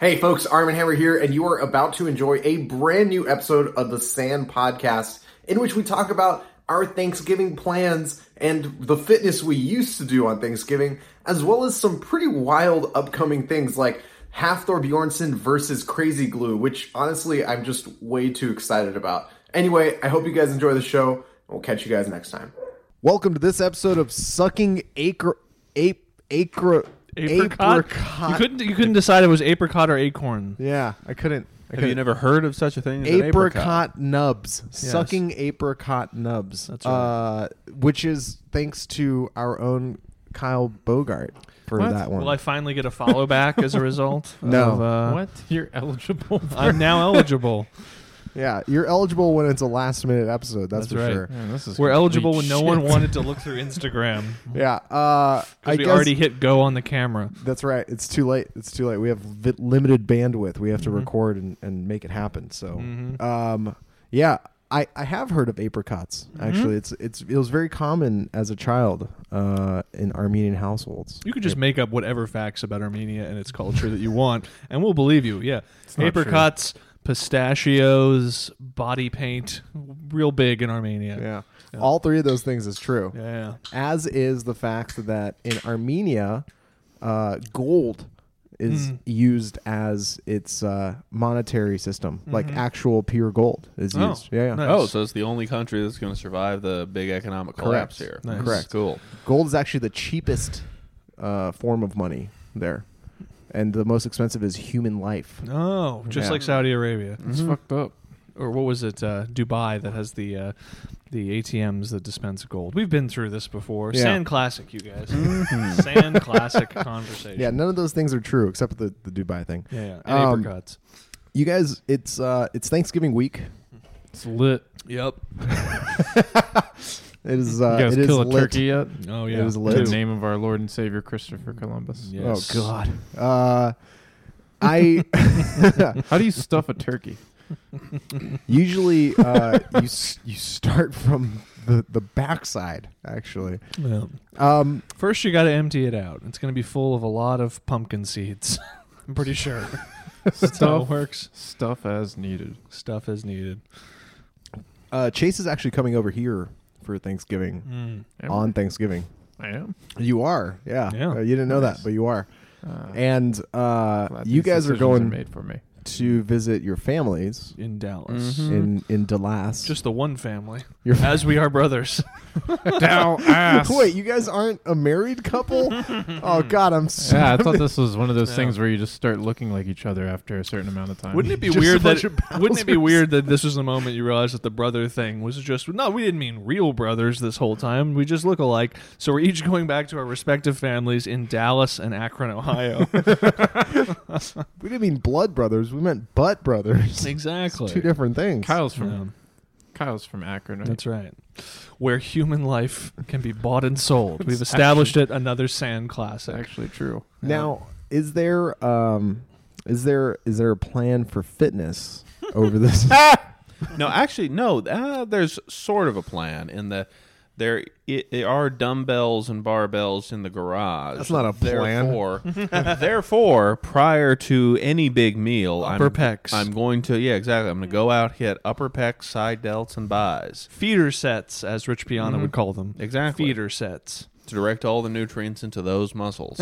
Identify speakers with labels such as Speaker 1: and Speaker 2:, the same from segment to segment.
Speaker 1: Hey, folks, Arm and Hammer here, and you are about to enjoy a brand new episode of the Sand Podcast, in which we talk about our Thanksgiving plans and the fitness we used to do on Thanksgiving, as well as some pretty wild upcoming things like Halfthor Bjornsson versus Crazy Glue, which honestly I'm just way too excited about. Anyway, I hope you guys enjoy the show, and we'll catch you guys next time. Welcome to this episode of Sucking Acre Ape Acre
Speaker 2: Apricot? You couldn't you couldn't decide it was apricot or acorn.
Speaker 1: Yeah, I couldn't. I
Speaker 3: Have you
Speaker 1: couldn't.
Speaker 3: never heard of such a thing as an
Speaker 1: apricot,
Speaker 3: apricot?
Speaker 1: nubs, sucking apricot nubs,
Speaker 2: That's right.
Speaker 1: uh, which is thanks to our own Kyle Bogart for that one.
Speaker 2: Will I finally get a follow back as a result?
Speaker 1: No.
Speaker 2: Of, uh,
Speaker 4: what? You're eligible. For-
Speaker 2: I'm now eligible.
Speaker 1: yeah, you're eligible when it's a last minute episode. That's,
Speaker 2: That's
Speaker 1: for
Speaker 2: right.
Speaker 1: sure.
Speaker 3: Man, this is
Speaker 2: We're
Speaker 3: complete
Speaker 2: eligible when no one
Speaker 3: shit.
Speaker 2: wanted to look through Instagram
Speaker 1: Yeah, uh, I
Speaker 2: because we
Speaker 1: guess
Speaker 2: already hit go on the camera.
Speaker 1: that's right. It's too late. It's too late. We have vi- limited bandwidth. We have
Speaker 2: Mm-hmm.
Speaker 1: to record and, and make it happen. So, um, yeah. I, I have heard of apricots.
Speaker 2: Mm-hmm.
Speaker 1: Actually, it's it's it was very common as a child uh, in Armenian households.
Speaker 2: You could just make up whatever facts about Armenia and its culture that you want, and we'll believe you. Yeah,
Speaker 3: not true.
Speaker 2: apricots, pistachios, body paint, real big in Armenia.
Speaker 1: Yeah. All three of those things is true.
Speaker 2: Yeah.
Speaker 1: As is the fact that in Armenia, uh, gold is
Speaker 2: Mm.
Speaker 1: used as its uh, monetary system. Like actual pure gold is
Speaker 2: Mm-hmm. Oh,
Speaker 1: used. Yeah, yeah.
Speaker 2: nice.
Speaker 3: Oh, so it's the only country that's going to survive the big economic collapse here.
Speaker 1: Nice.
Speaker 3: This is
Speaker 1: Correct.
Speaker 3: Cool.
Speaker 1: Gold is actually the cheapest uh, form of money there. And the most expensive is human life.
Speaker 2: Oh, just
Speaker 1: Yeah. Mm-hmm.
Speaker 2: like Saudi Arabia.
Speaker 3: It's fucked up.
Speaker 2: or what was it uh, Dubai that has the uh, the ATMs that dispense gold. We've been through this before.
Speaker 1: Yeah. Mm-hmm.
Speaker 2: Sand classic, you guys. Sand classic conversation.
Speaker 1: Yeah, none of those things are true except the, the Dubai thing.
Speaker 2: Yeah, yeah. And
Speaker 1: Um,
Speaker 2: apricots.
Speaker 1: You guys, it's uh, it's Thanksgiving week.
Speaker 4: it's lit.
Speaker 2: Yep.
Speaker 1: It is uh,
Speaker 4: you guys
Speaker 1: it is
Speaker 4: kill a
Speaker 1: lit.
Speaker 4: turkey yet?
Speaker 2: Oh
Speaker 1: It
Speaker 2: yeah.
Speaker 1: was lit.
Speaker 4: In
Speaker 1: Two.
Speaker 4: the name of our Lord and Savior Christopher Columbus.
Speaker 2: Yes.
Speaker 1: Oh God. Uh, I
Speaker 4: How do you stuff a turkey?
Speaker 1: Usually, uh, you s- you start from the the backside. Actually,
Speaker 2: Well,
Speaker 1: um,
Speaker 2: first you got to empty it out. It's going to be full of a lot of pumpkin seeds. I'm pretty sure. That's how it
Speaker 4: stuff,
Speaker 2: works.
Speaker 4: stuff as needed.
Speaker 2: Stuff as needed.
Speaker 1: uh, Chase is actually coming over here for Thanksgiving
Speaker 2: Mm.
Speaker 4: Am
Speaker 1: on Thanksgiving.
Speaker 4: I am.
Speaker 1: You are, yeah.
Speaker 2: Yeah.
Speaker 1: Uh, you didn't know that,
Speaker 4: Nice.
Speaker 1: but you are.
Speaker 4: Uh,
Speaker 1: And uh,
Speaker 4: glad
Speaker 1: you
Speaker 4: these
Speaker 1: guys are
Speaker 4: decisions
Speaker 1: going
Speaker 4: made for me.
Speaker 1: to visit your families
Speaker 2: In Dallas.
Speaker 4: Mhm.
Speaker 1: in in Delas.
Speaker 2: Just the one family.
Speaker 1: Your-
Speaker 2: as we are brothers.
Speaker 4: Dow ass.
Speaker 1: Wait, you guys aren't a married couple? oh God, I'm so
Speaker 4: Yeah, I thought this was one of those
Speaker 2: No.
Speaker 4: things where you just start looking like each other after a certain amount of time.
Speaker 2: Wouldn't it be
Speaker 1: Just a
Speaker 2: weird
Speaker 1: bunch
Speaker 2: that
Speaker 1: of
Speaker 2: wouldn't it be
Speaker 1: Bowsers.
Speaker 2: weird that this was the moment you realized that the brother thing was just no, we didn't mean real brothers this whole time. We just look alike. So we're each going back to our respective families in Dallas and Akron, Ohio.
Speaker 1: we didn't mean blood brothers. We meant butt brothers.
Speaker 2: exactly.
Speaker 1: Two different things.
Speaker 4: Kyle's from
Speaker 2: Yeah,
Speaker 4: Kyle's from Akron. Right?
Speaker 2: that's right. Where human life can be bought and sold. We've established it another sand
Speaker 4: It's
Speaker 2: classic.
Speaker 4: actually true.
Speaker 1: Now, is there um is there is there a plan for fitness over this?
Speaker 3: no, actually, no. Uh, there's sort of a plan in the there. It, there are dumbbells and barbells in the garage.
Speaker 1: That's not a plan.
Speaker 3: Therefore, therefore, prior to any big meal,
Speaker 2: Upper
Speaker 3: I'm,
Speaker 2: pecs.
Speaker 3: I'm going to yeah, exactly. I'm going to go out hit upper pecs, side delts, and buys.
Speaker 2: Feeder sets, as Rich Piana would call them.
Speaker 3: Exactly.
Speaker 2: Feeder sets.
Speaker 3: to direct all the nutrients into those muscles.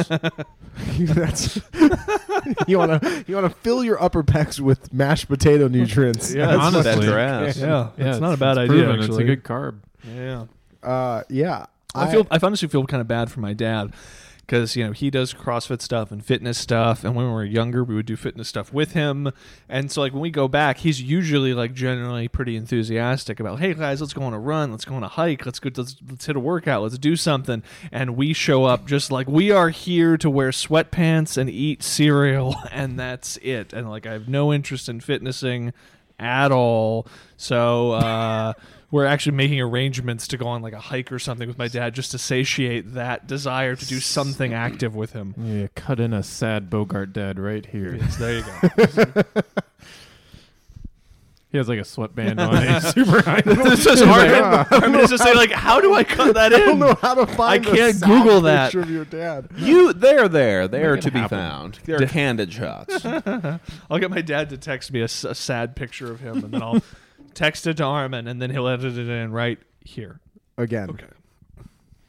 Speaker 1: That's you wanna you wanna fill your upper pecs with mashed potato nutrients.
Speaker 2: Yeah,
Speaker 1: That's-
Speaker 3: That's
Speaker 4: honestly.
Speaker 3: your ass.
Speaker 2: Yeah,
Speaker 4: Yeah,
Speaker 2: it's not a bad idea.
Speaker 4: proven.
Speaker 2: actually.
Speaker 4: It's a good carb.
Speaker 2: yeah.
Speaker 1: Uh, yeah.
Speaker 2: I feel I honestly feel kind of bad for my dad because you know he does CrossFit stuff and fitness stuff, and when we were younger, we would do fitness stuff with him. And so like when we go back, he's usually like generally pretty enthusiastic about, hey guys, let's go on a run, let's go on a hike, let's go, let's, let's hit a workout, let's do something. And we show up just like we are here to wear sweatpants and eat cereal, and that's it. And like I have no interest in fitnessing at all. So uh, we're actually making arrangements to go on like a hike or something with my dad just to satiate that desire to do something active with him.
Speaker 4: Yeah, cut in a sad Bogart dad right here.
Speaker 2: Yes, there you go.
Speaker 4: He has like a sweatband on. and He's super high.
Speaker 2: It's just hard. I mean, it's just say like, how do I cut that in?
Speaker 1: I don't know how to find.
Speaker 2: I
Speaker 1: the
Speaker 2: can't
Speaker 1: sad
Speaker 2: Google that.
Speaker 1: picture of your dad.
Speaker 3: You, they're there. They are
Speaker 4: it
Speaker 3: to be
Speaker 4: happen.
Speaker 3: found. They're candid shots.
Speaker 2: I'll get my dad to text me a, s- a sad picture of him, and then I'll text it to Armin, and then he'll edit it in right here.
Speaker 1: Again,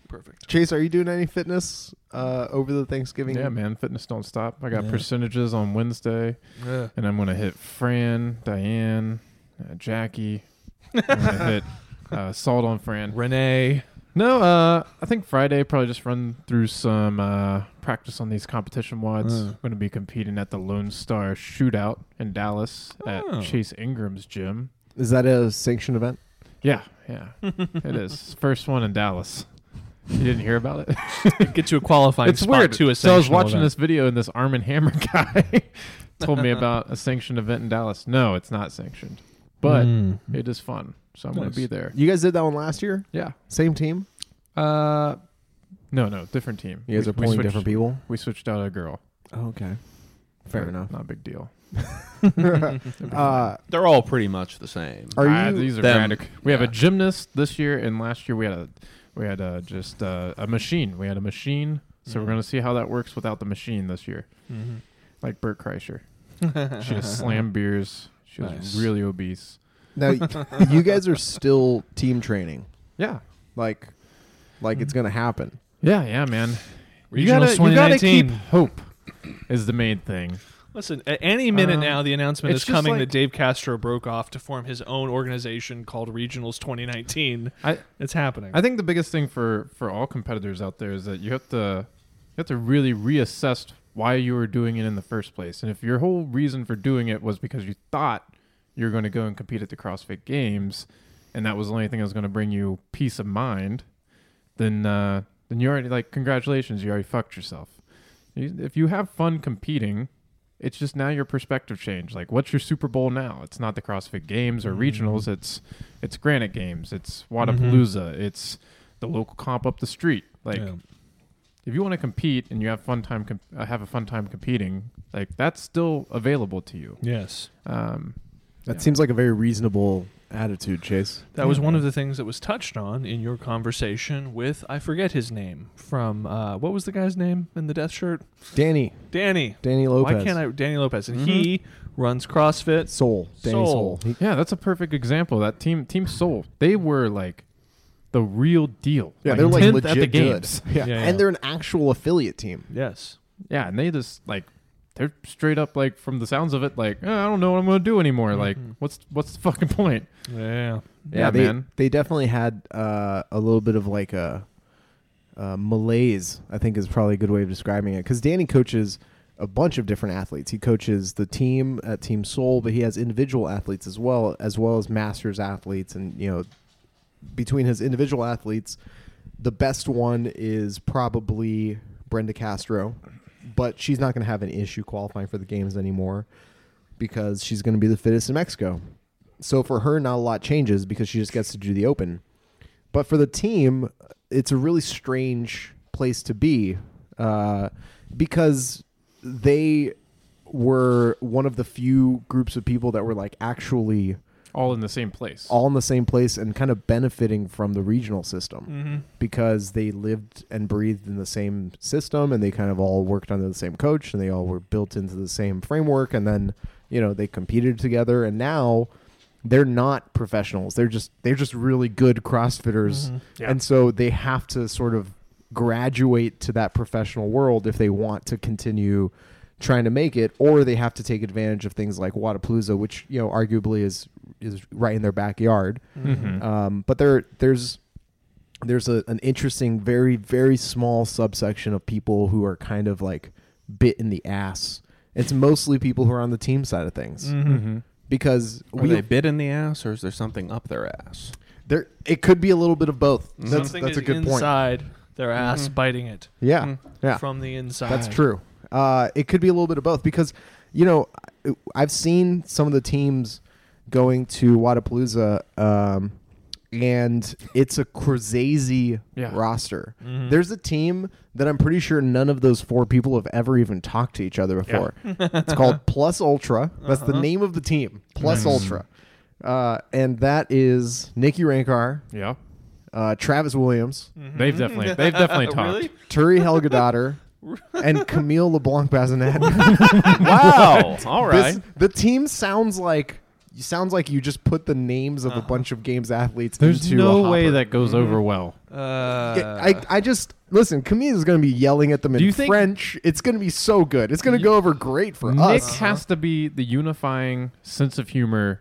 Speaker 2: Perfect.
Speaker 1: Chase, are you doing any fitness uh, over the Thanksgiving?
Speaker 4: yeah, man. Fitness don't stop. I got
Speaker 2: Yeah.
Speaker 4: percentages on Wednesday, and I'm gonna hit Fran, Diane, uh, Jackie. I'm gonna hit uh, salt on Fran.
Speaker 2: Renee.
Speaker 4: No, uh, I think Friday probably just run through some uh, practice on these competition wads.
Speaker 2: Mm.
Speaker 4: I'm going to be competing at the Lone Star Shootout in Dallas
Speaker 2: Oh.
Speaker 4: at Chase Ingram's gym.
Speaker 1: Is that a sanctioned event?
Speaker 4: Yeah, yeah, it is first one in Dallas. You didn't hear about it?
Speaker 2: Get you a qualifying
Speaker 4: it's
Speaker 2: spot
Speaker 4: weird.
Speaker 2: to a
Speaker 4: so I was
Speaker 2: sanctional
Speaker 4: watching
Speaker 2: event.
Speaker 4: this video, and this Arm and Hammer guy told me about a sanctioned event in Dallas. No, it's not sanctioned, but
Speaker 2: Mm.
Speaker 4: it is fun. So I'm going
Speaker 2: Nice.
Speaker 4: to be there.
Speaker 1: You guys did that one last year.
Speaker 4: Yeah.
Speaker 1: Same team.
Speaker 4: Uh, no, no, different team.
Speaker 1: You guys
Speaker 4: We-
Speaker 1: are
Speaker 4: we
Speaker 1: pulling
Speaker 4: switched-
Speaker 1: different people.
Speaker 4: We switched out a girl.
Speaker 1: Oh, okay, fair
Speaker 4: Not-
Speaker 1: enough.
Speaker 4: Not a big deal.
Speaker 1: Uh,
Speaker 3: they're all pretty much the same.
Speaker 1: are
Speaker 4: Ah,
Speaker 1: you?
Speaker 4: these are
Speaker 3: Them.
Speaker 4: radic- We have a gymnast this year, and last year we had a we had a, just uh, a machine. We had a machine, so we're
Speaker 1: Mm-hmm.
Speaker 2: Mhm.
Speaker 4: gonna see how that works without the machine this year.
Speaker 2: Mhm.
Speaker 4: Like Bert Kreischer,
Speaker 2: Mm-hmm.
Speaker 4: she just slammed beers. She
Speaker 2: Nice.
Speaker 4: was really obese.
Speaker 1: now, you guys are still team training.
Speaker 4: Yeah,
Speaker 1: Like, like it's gonna happen.
Speaker 4: yeah, yeah, man.
Speaker 2: Regionals
Speaker 4: you gotta, you gotta keep
Speaker 2: 2019.
Speaker 4: hope is the main thing.
Speaker 2: Listen, at any minute
Speaker 4: Um,
Speaker 2: now, the announcement
Speaker 4: it's
Speaker 2: is
Speaker 4: just
Speaker 2: coming
Speaker 4: like-
Speaker 2: that Dave Castro broke off to form his own organization called Regionals 2019.
Speaker 4: I
Speaker 2: It's happening.
Speaker 4: I think the biggest thing for for all competitors out there is that you have to you have to really reassess why you were doing it in the first place. And if your whole reason for doing it was because you thought you were going to go and compete at the CrossFit Games, and that was the only thing that was going to bring you peace of mind, then uh, then you already like congratulations, you already fucked yourself. You, if you have fun competing, it's just now your perspective change. Like, what's your Super Bowl now? It's not the CrossFit Games or regionals. It's it's Granite Games. It's Wadapalooza. It's the local comp up the street. Like,
Speaker 2: Yeah.
Speaker 4: if you want to compete and you have fun time, com- uh, have a fun time competing. Like, that's still available to you.
Speaker 2: yes.
Speaker 4: Um,
Speaker 1: That
Speaker 4: Yeah.
Speaker 1: seems like a very reasonable attitude, Chase.
Speaker 2: That was one of the things that was touched on in your conversation with I forget his name from uh, what was the guy's name in the death shirt?
Speaker 1: Danny,
Speaker 2: Danny.
Speaker 1: Danny Lopez. Mm-hmm.
Speaker 2: Why can't I? Danny Lopez, and he runs CrossFit.
Speaker 1: Soul. Danny Soul.
Speaker 2: Soul.
Speaker 1: He-
Speaker 4: yeah, that's a perfect example. That team, Team Soul, they were like the real deal.
Speaker 1: yeah, they're like
Speaker 4: 10th
Speaker 1: legit
Speaker 4: at the
Speaker 1: good.
Speaker 4: games.
Speaker 1: Yeah.
Speaker 2: Yeah,
Speaker 1: and
Speaker 2: yeah.
Speaker 1: they're an actual affiliate team.
Speaker 2: Yes.
Speaker 4: Yeah, and they just like they're straight up like from the sounds of it, like "Eh, I don't know what I'm gonna do anymore. Like what's what's the fucking point?
Speaker 2: Yeah.
Speaker 4: Yeah,
Speaker 1: they,
Speaker 4: man.
Speaker 1: They definitely had uh, a little bit of like a uh, malaise. I think is probably a good way of describing it because Danny coaches a bunch of different athletes. He coaches the team at Team Soul, but he has individual athletes as well, as well as masters athletes, and you know, between his individual athletes, the best one is probably Brenda Castro, but she's not going to have an issue qualifying for the games anymore because she's going to be the fittest in Mexico. So for her, not a lot changes because she just gets to do the open. But for the team, it's a really strange place to be uh, because they were one of the few groups of people that were like actually
Speaker 4: All in the same place.
Speaker 1: all in the same place and kind of benefiting from the regional system because they lived and breathed in the same system and they kind of all worked under the same coach and they all were built into the same framework and then you know they competed together and now they're not professionals they're just they're just really good crossfitters
Speaker 2: Mm-hmm.
Speaker 1: and so they have to sort of graduate to that professional world if they want to continue trying to make it, or they have to take advantage of things like Wadapalooza, which you know arguably is is right in their backyard.
Speaker 2: Mm-hmm.
Speaker 1: Um, but there there's there's a, an interesting, very very small subsection of people who are kind of like bit in the ass. It's mostly people who are on the team side of things
Speaker 4: Mm-hmm.
Speaker 1: because
Speaker 3: Were
Speaker 1: we
Speaker 3: they bit in the ass, or is there something up their ass?
Speaker 1: there it could be a little bit of both. That's
Speaker 2: Something
Speaker 1: that's a
Speaker 2: is
Speaker 1: good point.
Speaker 2: inside their ass biting it
Speaker 1: Yeah, yeah.
Speaker 2: from the inside.
Speaker 1: That's true. Uh, it could be a little bit of both because, you know, I- I've seen some of the teams going to Wadapalooza, um, and it's a crazy
Speaker 4: Yeah. Mm-hmm.
Speaker 1: roster. There's a team that I'm pretty sure none of those four people have ever even talked to
Speaker 4: Uh-huh. Mm.
Speaker 1: each other before. it's called Plus Ultra. That's the name of the team, Plus Ultra. Uh, and that is Nikki Rankar,
Speaker 4: Yeah. Mm.
Speaker 1: uh, Travis Williams,
Speaker 4: They've definitely they've definitely talked.
Speaker 2: Mm-hmm.
Speaker 1: Turi
Speaker 2: Really?
Speaker 1: Helgadottir, and Camille LeBlanc Bazinet.
Speaker 3: Wow. All right.
Speaker 1: This- the team sounds like sounds like you just put the names of a bunch of games athletes
Speaker 4: Uh. There's
Speaker 1: into a
Speaker 4: no
Speaker 1: hopper.
Speaker 4: way that goes over well.
Speaker 2: Uh,
Speaker 1: Yeah, I, I just listen. Camille is going to be yelling at them
Speaker 4: Do you
Speaker 1: in
Speaker 4: think-
Speaker 1: French. It's going to be so good. It's going to go over great for
Speaker 4: Nick
Speaker 1: us.
Speaker 4: has to be the unifying sense of humor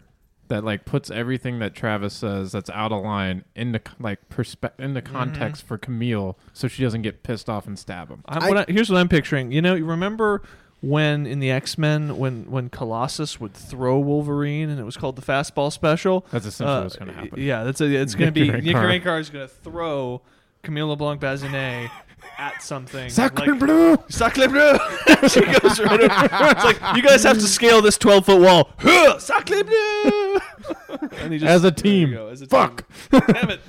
Speaker 4: that like puts everything that Travis says that's out of line into c- like perspe- into context for Camille, so she doesn't get pissed off and stab him.
Speaker 2: I'm,
Speaker 1: I-
Speaker 2: what I, here's what I'm picturing. You know, you remember when in the X Men, when when Colossus would throw Wolverine, and it was called the fastball special. Uh,
Speaker 4: That's essentially what's gonna happen.
Speaker 2: Yeah, that's a, it's going to be
Speaker 4: Nick
Speaker 2: Nick
Speaker 4: Rancor.
Speaker 2: Rancor is going to throw Camille LeBlanc Bazinet at something.
Speaker 4: Sacre
Speaker 2: like-
Speaker 4: bleu!
Speaker 2: Sacre bleu! she goes right over. It's like you guys have to scale this twelve foot wall. Huh, Sacre bleu! and he just,
Speaker 4: As a
Speaker 2: there you
Speaker 4: team.
Speaker 2: go, as a
Speaker 4: Fuck.
Speaker 2: team. Damn it!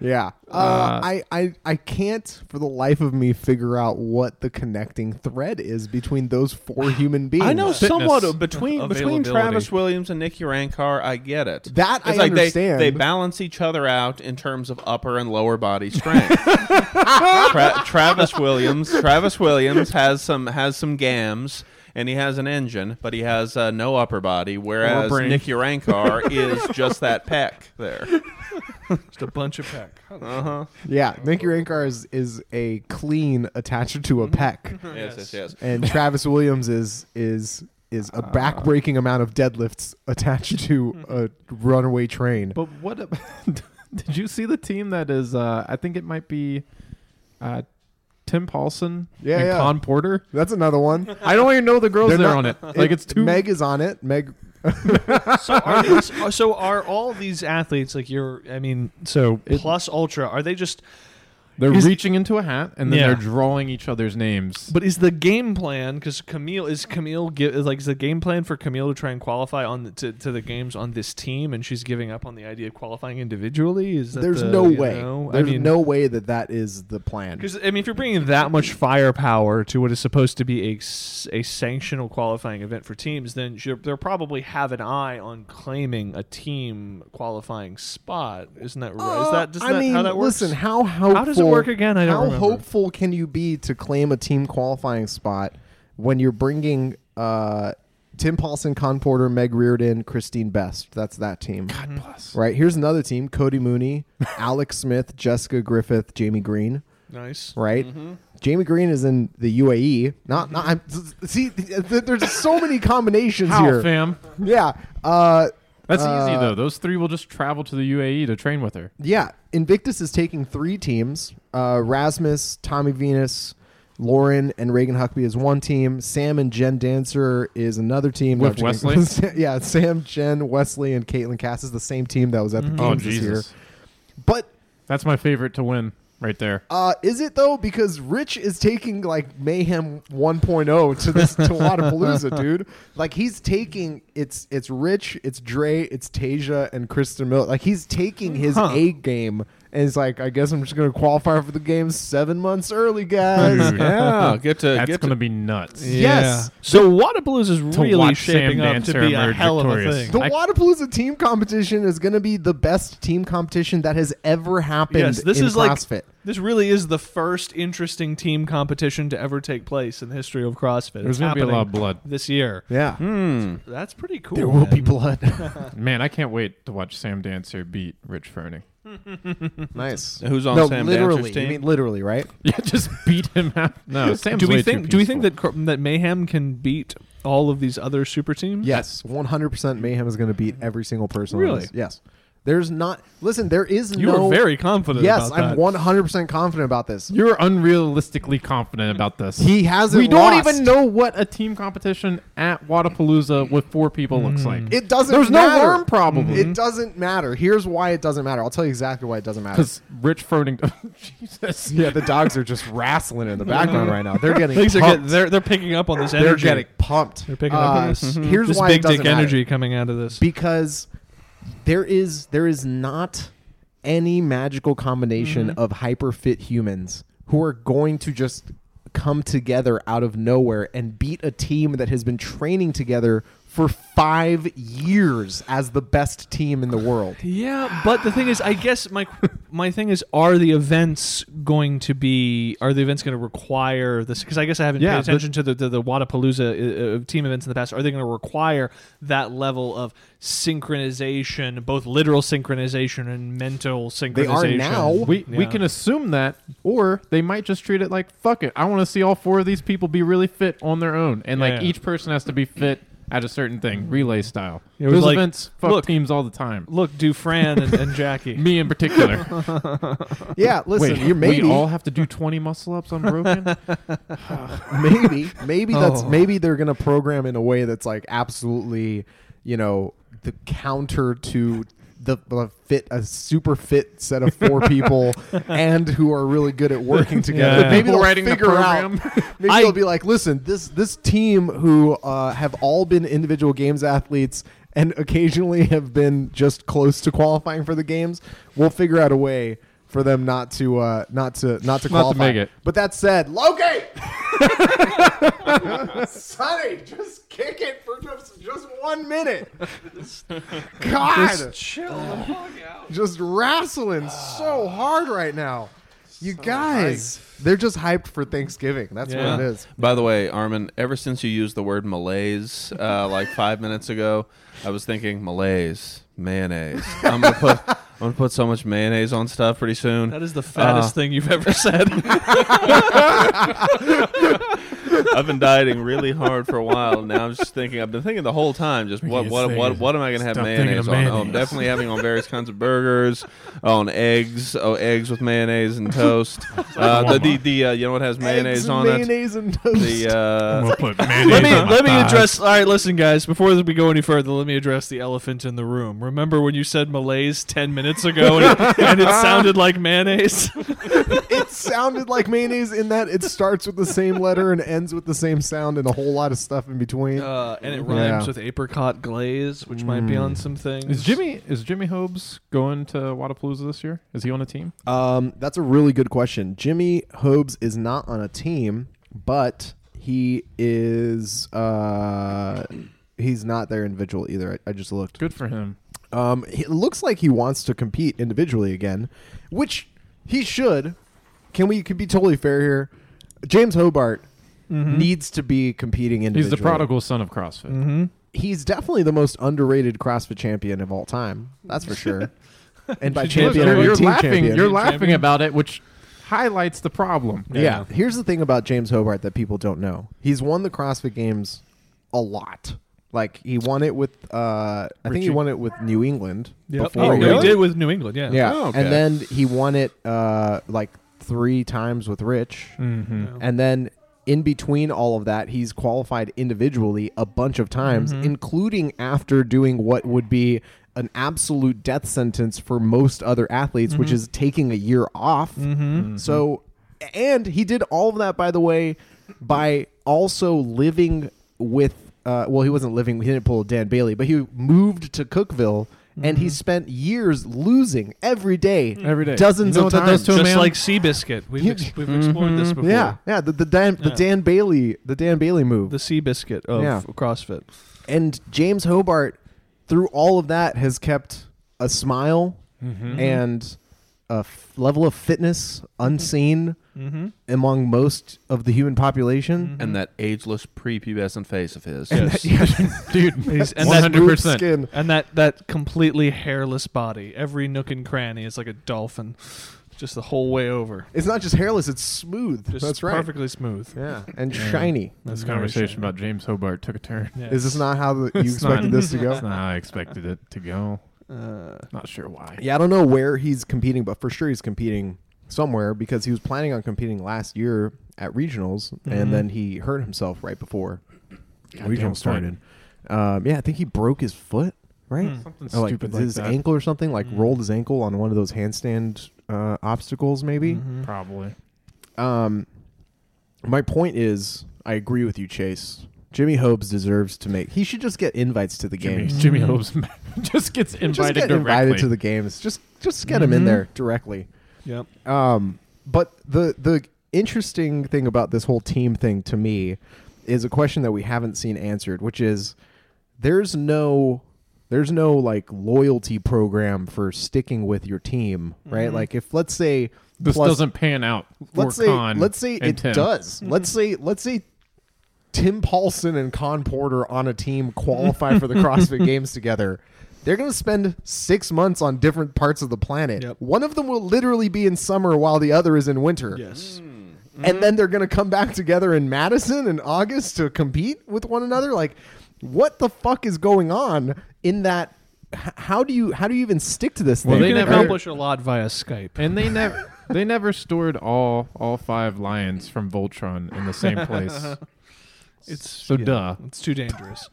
Speaker 1: Yeah. Uh,
Speaker 4: Uh,
Speaker 1: I, I I can't for the life of me figure out what the connecting thread is between those four human beings.
Speaker 3: I know somewhat
Speaker 4: Fitness.
Speaker 3: of- between between
Speaker 2: Availability.
Speaker 3: Travis Williams and Nicky Rankar. I get it.
Speaker 1: That
Speaker 3: it's
Speaker 1: I
Speaker 3: like
Speaker 1: understand.
Speaker 3: They, they balance each other out in terms of upper and lower body strength. Tra- Travis Williams. Travis Williams has some has some gams. And he has an engine, but he has uh, no upper body, whereas
Speaker 4: brain.
Speaker 3: Nicky Rankar is just that peck there.
Speaker 2: Just a bunch of pack.
Speaker 1: Yeah, Nicky Rankar is is a clean attached to a peck,
Speaker 2: Mm-hmm.
Speaker 3: Yes, yes, yes.
Speaker 1: and Travis Williams is is is
Speaker 2: Ah.
Speaker 1: a backbreaking amount of deadlifts attached to a runaway train.
Speaker 4: But what? ab- did you see the team that is? Uh, I think it might be uh, Tim Paulson
Speaker 1: Yeah,
Speaker 4: and
Speaker 1: yeah.
Speaker 4: Con Porter.
Speaker 1: That's another one.
Speaker 4: I don't even know the girls
Speaker 1: They're
Speaker 4: that are
Speaker 1: not-
Speaker 4: on it. Like it's two.
Speaker 1: Meg is on it. Meg.
Speaker 2: So are these, so are all these athletes like you're? I mean, so plus ultra are they just?
Speaker 4: they're
Speaker 2: is-
Speaker 4: reaching into a hat and then
Speaker 2: Yeah.
Speaker 4: they're drawing each other's names.
Speaker 2: But is the game plan because Camille is Camille give, is like is the game plan for Camille to try and qualify on the, to, to the games on this team, and she's giving up on the idea of qualifying individually? Is that
Speaker 1: There's
Speaker 2: the,
Speaker 1: no
Speaker 2: you
Speaker 1: way.
Speaker 2: know?
Speaker 1: There's
Speaker 2: I mean,
Speaker 1: no way that that is the plan.
Speaker 2: Because I mean, if you're bringing that much firepower to what is supposed to be a, s- a sanctional qualifying event for teams, then you're, they'll probably have an eye on claiming a team qualifying spot. Isn't that right? Is that, is
Speaker 1: Uh, I
Speaker 2: that
Speaker 1: mean,
Speaker 2: how that works?
Speaker 1: listen, how hopeful?
Speaker 2: does it work again? I don't
Speaker 1: how
Speaker 2: remember.
Speaker 1: hopeful can you be to claim a team qualifying spot when you're bringing uh, Tim Paulson, Con Porter, Meg Reardon, Christine Best? That's that team. God
Speaker 2: Mhm.
Speaker 4: bless.
Speaker 1: Right here's another team: Cody Mooney, Alex Smith, Jessica Griffith, Jamie Green.
Speaker 2: nice.
Speaker 1: Right.
Speaker 2: Mm-hmm.
Speaker 1: Jamie Green is in the UAE. Not, not I'm, see. th- th- There's so many combinations
Speaker 4: How,
Speaker 1: here.
Speaker 4: fam?
Speaker 1: Yeah. Uh,
Speaker 4: That's
Speaker 1: Uh,
Speaker 4: easy though. Those three will just travel to the UAE to train with her.
Speaker 1: Yeah, Invictus is taking three teams: uh, Rasmus, Tommy Venus, Lauren, and Reagan Huckby is one team. Sam and Jen Dancer is another team.
Speaker 4: With
Speaker 1: I'm just kidding. yeah, Sam, Jen, Wesley, and Caitlin Cass is the same team that was at the games
Speaker 4: Oh
Speaker 1: this year.
Speaker 4: Jesus,
Speaker 1: But
Speaker 4: that's my favorite to win right there.
Speaker 1: uh, is it though? Because Rich is taking like Mayhem 1.0 to this to Wadapalooza, dude. Like he's taking it's it's Rich, it's Dre, it's Tasia, and Kristen Miller. Like he's taking his A game and he's like, I guess I'm just gonna qualify for the game seven months early, guys.
Speaker 4: Dude,
Speaker 2: Ah,
Speaker 3: Yeah, get to
Speaker 4: that's
Speaker 3: get
Speaker 4: gonna
Speaker 3: to,
Speaker 4: be nuts.
Speaker 1: Yes.
Speaker 2: So Wadapalooza is really
Speaker 4: watch
Speaker 2: shaping
Speaker 4: Sam
Speaker 2: up to
Speaker 4: Dancer
Speaker 2: be a
Speaker 4: emerge
Speaker 2: hell of
Speaker 4: victorious.
Speaker 2: a
Speaker 1: The
Speaker 2: thing.
Speaker 4: I-
Speaker 1: Wadapalooza team competition is gonna be the best team competition that has ever happened
Speaker 2: Yes, this
Speaker 1: in
Speaker 2: is like
Speaker 1: CrossFit.
Speaker 2: this really is the first interesting team competition to ever take place in the history of CrossFit.
Speaker 4: There's
Speaker 2: It's
Speaker 4: gonna be a lot
Speaker 2: happening
Speaker 4: of blood.
Speaker 2: this year.
Speaker 1: yeah.
Speaker 3: Hmm.
Speaker 2: That's pretty cool.
Speaker 1: There will
Speaker 2: man.
Speaker 1: be blood.
Speaker 4: Man, I can't wait to watch Sam Dancer beat Rich Froning.
Speaker 1: nice.
Speaker 3: Who's on
Speaker 1: no,
Speaker 3: Sam Dancer's
Speaker 1: literally.
Speaker 3: team?
Speaker 1: You mean literally, right?
Speaker 4: Yeah, just beat him out. No, Sam's
Speaker 2: Do we
Speaker 4: way too
Speaker 2: think? Do we
Speaker 4: peaceful.
Speaker 2: think that Cro- that Mayhem can beat all of these other super teams?
Speaker 1: Yes, one hundred percent. Mayhem is going to beat every single person. on
Speaker 2: Really?
Speaker 1: this. Yes. There's not. Listen, there is
Speaker 2: You
Speaker 1: no.
Speaker 2: were very confident.
Speaker 1: yes,
Speaker 2: about
Speaker 1: I'm
Speaker 2: that.
Speaker 1: one hundred percent confident about this.
Speaker 4: You're unrealistically confident about this.
Speaker 1: He hasn't.
Speaker 4: we don't
Speaker 1: lost.
Speaker 4: even know what a team competition at Wadapalooza with four people looks
Speaker 2: Hmm.
Speaker 4: like.
Speaker 1: It doesn't.
Speaker 4: There's no
Speaker 1: matter.
Speaker 4: worm problem.
Speaker 1: It doesn't matter. Here's why it doesn't matter. I'll tell you exactly why it doesn't matter.
Speaker 4: Because Rich Froning, Jesus,
Speaker 1: Yeah, the dogs are just wrestling in the background right now. They're getting
Speaker 2: Things are
Speaker 1: pumped.
Speaker 2: get, they're they're picking up on this
Speaker 1: They're
Speaker 2: energy.
Speaker 1: getting pumped.
Speaker 2: They're picking up on
Speaker 1: Uh,
Speaker 2: this.
Speaker 1: Here's
Speaker 2: this
Speaker 1: why
Speaker 2: big
Speaker 1: it doesn't
Speaker 2: dick
Speaker 1: matter.
Speaker 2: energy coming out of this.
Speaker 1: because there is there is not any magical combination of hyper fit humans who are going to just come together out of nowhere and beat a team that has been training together for five years as the best team in the world.
Speaker 2: Yeah, but the thing is, I guess my my thing is, are the events going to be? Are the events going to require this? Because I guess I haven't
Speaker 4: Yeah,
Speaker 2: paid
Speaker 4: but-
Speaker 2: attention to the the, the Wadapalooza uh, uh, team events in the past. Are they going to require that level of synchronization, both literal synchronization and mental synchronization?
Speaker 1: They are now.
Speaker 4: We we
Speaker 2: Yeah.
Speaker 4: can assume that, or they might just treat it like fuck it. I want to see all four of these people be really fit on their own, and like
Speaker 2: Yeah.
Speaker 4: each person has to be fit at a certain thing, relay style.
Speaker 2: It was
Speaker 4: Those
Speaker 2: like,
Speaker 4: events fuck
Speaker 2: look-
Speaker 4: teams all the time.
Speaker 2: Look, Dufran and, and Jackie.
Speaker 4: Me in particular.
Speaker 1: Yeah, listen, you're maybe
Speaker 4: we all have to do twenty muscle ups unbroken.
Speaker 1: maybe maybe that's
Speaker 2: Oh.
Speaker 1: maybe they're gonna program in a way that's like absolutely you know the counter to the, the fit a super fit set of four people and who are really good at working together
Speaker 2: Yeah.
Speaker 1: maybe
Speaker 4: People
Speaker 1: they'll
Speaker 4: writing the
Speaker 1: figure
Speaker 4: program.
Speaker 1: out maybe
Speaker 2: I-
Speaker 1: they'll be like listen this this team who uh, have all been individual games athletes and occasionally have been just close to qualifying for the games we'll figure out a way for them not to uh, not to not to
Speaker 4: Not to
Speaker 1: qualify
Speaker 4: make it.
Speaker 1: but that said loki Sonny, just kick it for just, just one minute. God, just chill the fuck out. Just wrestling so hard right now. You guys, they're just hyped for Thanksgiving. That's
Speaker 2: Yeah.
Speaker 1: what it is.
Speaker 3: By the way, Armin, ever since you used the word malaise uh, like five minutes ago, I was thinking malaise, mayonnaise. I'm gonna put I'm gonna put so much mayonnaise on stuff pretty soon.
Speaker 2: That is the fattest
Speaker 3: Uh.
Speaker 2: thing you've ever said.
Speaker 3: I've been dieting really hard for a while. Now I'm just thinking. I've been thinking the whole time. Just what
Speaker 4: Just
Speaker 3: what
Speaker 4: think-
Speaker 3: what, what am I going to have
Speaker 4: stop thinking
Speaker 3: mayonnaise
Speaker 4: of
Speaker 3: on? Oh, I'm
Speaker 4: mayonnaise.
Speaker 3: definitely having on various kinds of burgers, on eggs. Oh, eggs with mayonnaise and toast. Uh, the the, the uh, you know what has mayonnaise
Speaker 1: Eggs,
Speaker 3: on
Speaker 1: mayonnaise and toast.
Speaker 3: it? The uh,
Speaker 4: We'll put mayonnaise
Speaker 2: let me
Speaker 4: on my
Speaker 2: let me
Speaker 4: thighs.
Speaker 2: address. All right, listen, guys. Before we go any further, let me address the elephant in the room. Remember when you said malaise ten minutes ago and it, and it sounded like mayonnaise?
Speaker 1: it sounded like mayonnaise in that it starts with the same letter and ends with the same sound and a whole lot of stuff in between.
Speaker 2: Uh, and it
Speaker 1: Yeah.
Speaker 2: rhymes with apricot glaze, which might be on some things.
Speaker 4: Is Jimmy is Jimmy Hobbs going to Wadapalooza this year? Is he on a team?
Speaker 1: Um, that's a really good question. Jimmy Hobbs is not on a team, but he is. Uh, he's not their individual either. I, I just looked.
Speaker 4: Good for him.
Speaker 1: Um, it looks like he wants to compete individually again, which he should. Can we could be totally fair here? James Hobart needs to be competing individually.
Speaker 4: Mm-hmm. He's the prodigal son of CrossFit.
Speaker 2: Mm-hmm.
Speaker 1: He's definitely the most underrated CrossFit champion of all time. That's for sure. and by
Speaker 4: Look,
Speaker 1: champion, I
Speaker 4: you're,
Speaker 1: mean
Speaker 4: you're
Speaker 1: team
Speaker 4: laughing.
Speaker 1: champion.
Speaker 4: You're
Speaker 2: Team
Speaker 4: laughing
Speaker 2: champion.
Speaker 4: about it, which highlights the problem.
Speaker 1: Yeah. Here's the thing about James Hobart that people don't know. He's won the CrossFit Games a lot. Like he won it with, uh, I think he
Speaker 4: Richie.
Speaker 1: won it with New England before.
Speaker 2: Oh,
Speaker 1: he
Speaker 2: no,
Speaker 1: went-
Speaker 2: he did with New England. Yeah.
Speaker 1: Yeah,
Speaker 3: Oh, okay.
Speaker 1: and then he won it uh, like three times with Rich,
Speaker 4: Mm-hmm.
Speaker 1: and then in between all of that, he's qualified individually a bunch of times,
Speaker 2: Mm-hmm.
Speaker 1: including after doing what would be an absolute death sentence for most other athletes,
Speaker 2: Mm-hmm.
Speaker 1: which is taking a year off. So, and he did all of that, by the way, by also living with. Uh, well, he wasn't living. He didn't pull a Dan Bailey, but he moved to Cookville, and
Speaker 2: Mm-hmm.
Speaker 1: he spent years losing every day,
Speaker 4: Every day.
Speaker 1: dozens
Speaker 4: You know
Speaker 1: of
Speaker 4: what that does
Speaker 1: times.
Speaker 2: Just
Speaker 4: to man.
Speaker 2: like Seabiscuit. We've, ex- we've explored this before.
Speaker 1: yeah, yeah. The, the Dan, the
Speaker 2: Yeah.
Speaker 1: Dan Bailey, the Dan Bailey move,
Speaker 2: The Seabiscuit of
Speaker 1: Yeah.
Speaker 2: CrossFit.
Speaker 1: and James Hobart, through all of that, has kept a smile Mm-hmm.
Speaker 2: Mm-hmm.
Speaker 1: and a f- level of fitness unseen
Speaker 2: Mm-hmm.
Speaker 1: among most of the human population.
Speaker 4: Mm-hmm.
Speaker 3: and that ageless prepubescent face of his.
Speaker 2: Yes.
Speaker 4: dude.
Speaker 2: He's- and
Speaker 4: one
Speaker 2: that
Speaker 4: hundred
Speaker 1: Smooth
Speaker 4: percent.
Speaker 1: skin.
Speaker 2: And that, that completely hairless body. Every nook and cranny is like a dolphin, just the whole way over.
Speaker 1: It's not just hairless; it's smooth.
Speaker 2: Just
Speaker 1: That's right.
Speaker 2: perfectly smooth.
Speaker 1: Yeah, and shiny.
Speaker 4: This
Speaker 2: Very
Speaker 4: conversation
Speaker 2: shiny.
Speaker 4: about James Hobart took a turn.
Speaker 2: Yeah.
Speaker 1: Is this not how the, you
Speaker 4: It's not-
Speaker 1: expected this to
Speaker 4: That's
Speaker 1: go?
Speaker 4: not how I expected it to go.
Speaker 2: Uh,
Speaker 4: Not sure why.
Speaker 1: Yeah, I don't know where he's competing, but for sure he's competing somewhere because he was planning on competing last year at regionals, and then he hurt himself right before
Speaker 4: Goddamn
Speaker 1: regionals started. Um, yeah, I think he broke his foot,
Speaker 2: Hmm.
Speaker 1: right?
Speaker 4: Something
Speaker 1: Or, Oh, like,
Speaker 4: stupid like
Speaker 1: his
Speaker 4: that. Mm-hmm.
Speaker 1: ankle or something, like rolled his ankle on one of those handstand uh, obstacles, maybe.
Speaker 2: Mm-hmm.
Speaker 4: Probably. Mm-hmm.
Speaker 1: Um, my point is, I agree with you, Chase. Jimmy Hobbs deserves to make. He should just get invites to the
Speaker 4: Jimmy,
Speaker 1: games.
Speaker 4: Jimmy
Speaker 2: Mm-hmm.
Speaker 4: Hobbs just gets invited
Speaker 1: Just get
Speaker 4: directly.
Speaker 1: invited to the games. Just just get
Speaker 4: Mm-hmm.
Speaker 1: him in there directly.
Speaker 2: Yep.
Speaker 1: Um, but the the interesting thing about this whole team thing to me is a question that we haven't seen answered, which is there's no there's no like loyalty program for sticking with your team, right? Like if let's say
Speaker 4: This
Speaker 1: plus-
Speaker 4: doesn't pan out. For
Speaker 1: let's say
Speaker 4: Khan
Speaker 1: let's say
Speaker 4: and
Speaker 1: it
Speaker 4: Tim.
Speaker 1: does. Let's say let's say Tim Paulson and Con Porter on a team qualify for the CrossFit Games together. They're going to spend six months on different parts of the planet.
Speaker 2: Yep.
Speaker 1: One of them will literally be in summer while the other is in winter.
Speaker 2: Yes.
Speaker 1: And then they're going to come back together in Madison in August to compete with one another. Like, what the fuck is going on in that? h- How do you how do you even stick to this
Speaker 4: Well,
Speaker 1: thing?
Speaker 4: they
Speaker 2: you can
Speaker 4: never-
Speaker 2: accomplish a lot via Skype.
Speaker 4: And they never they never stored all all five lions from Voltron in the same place.
Speaker 2: It's
Speaker 4: So duh.
Speaker 2: It's too dangerous.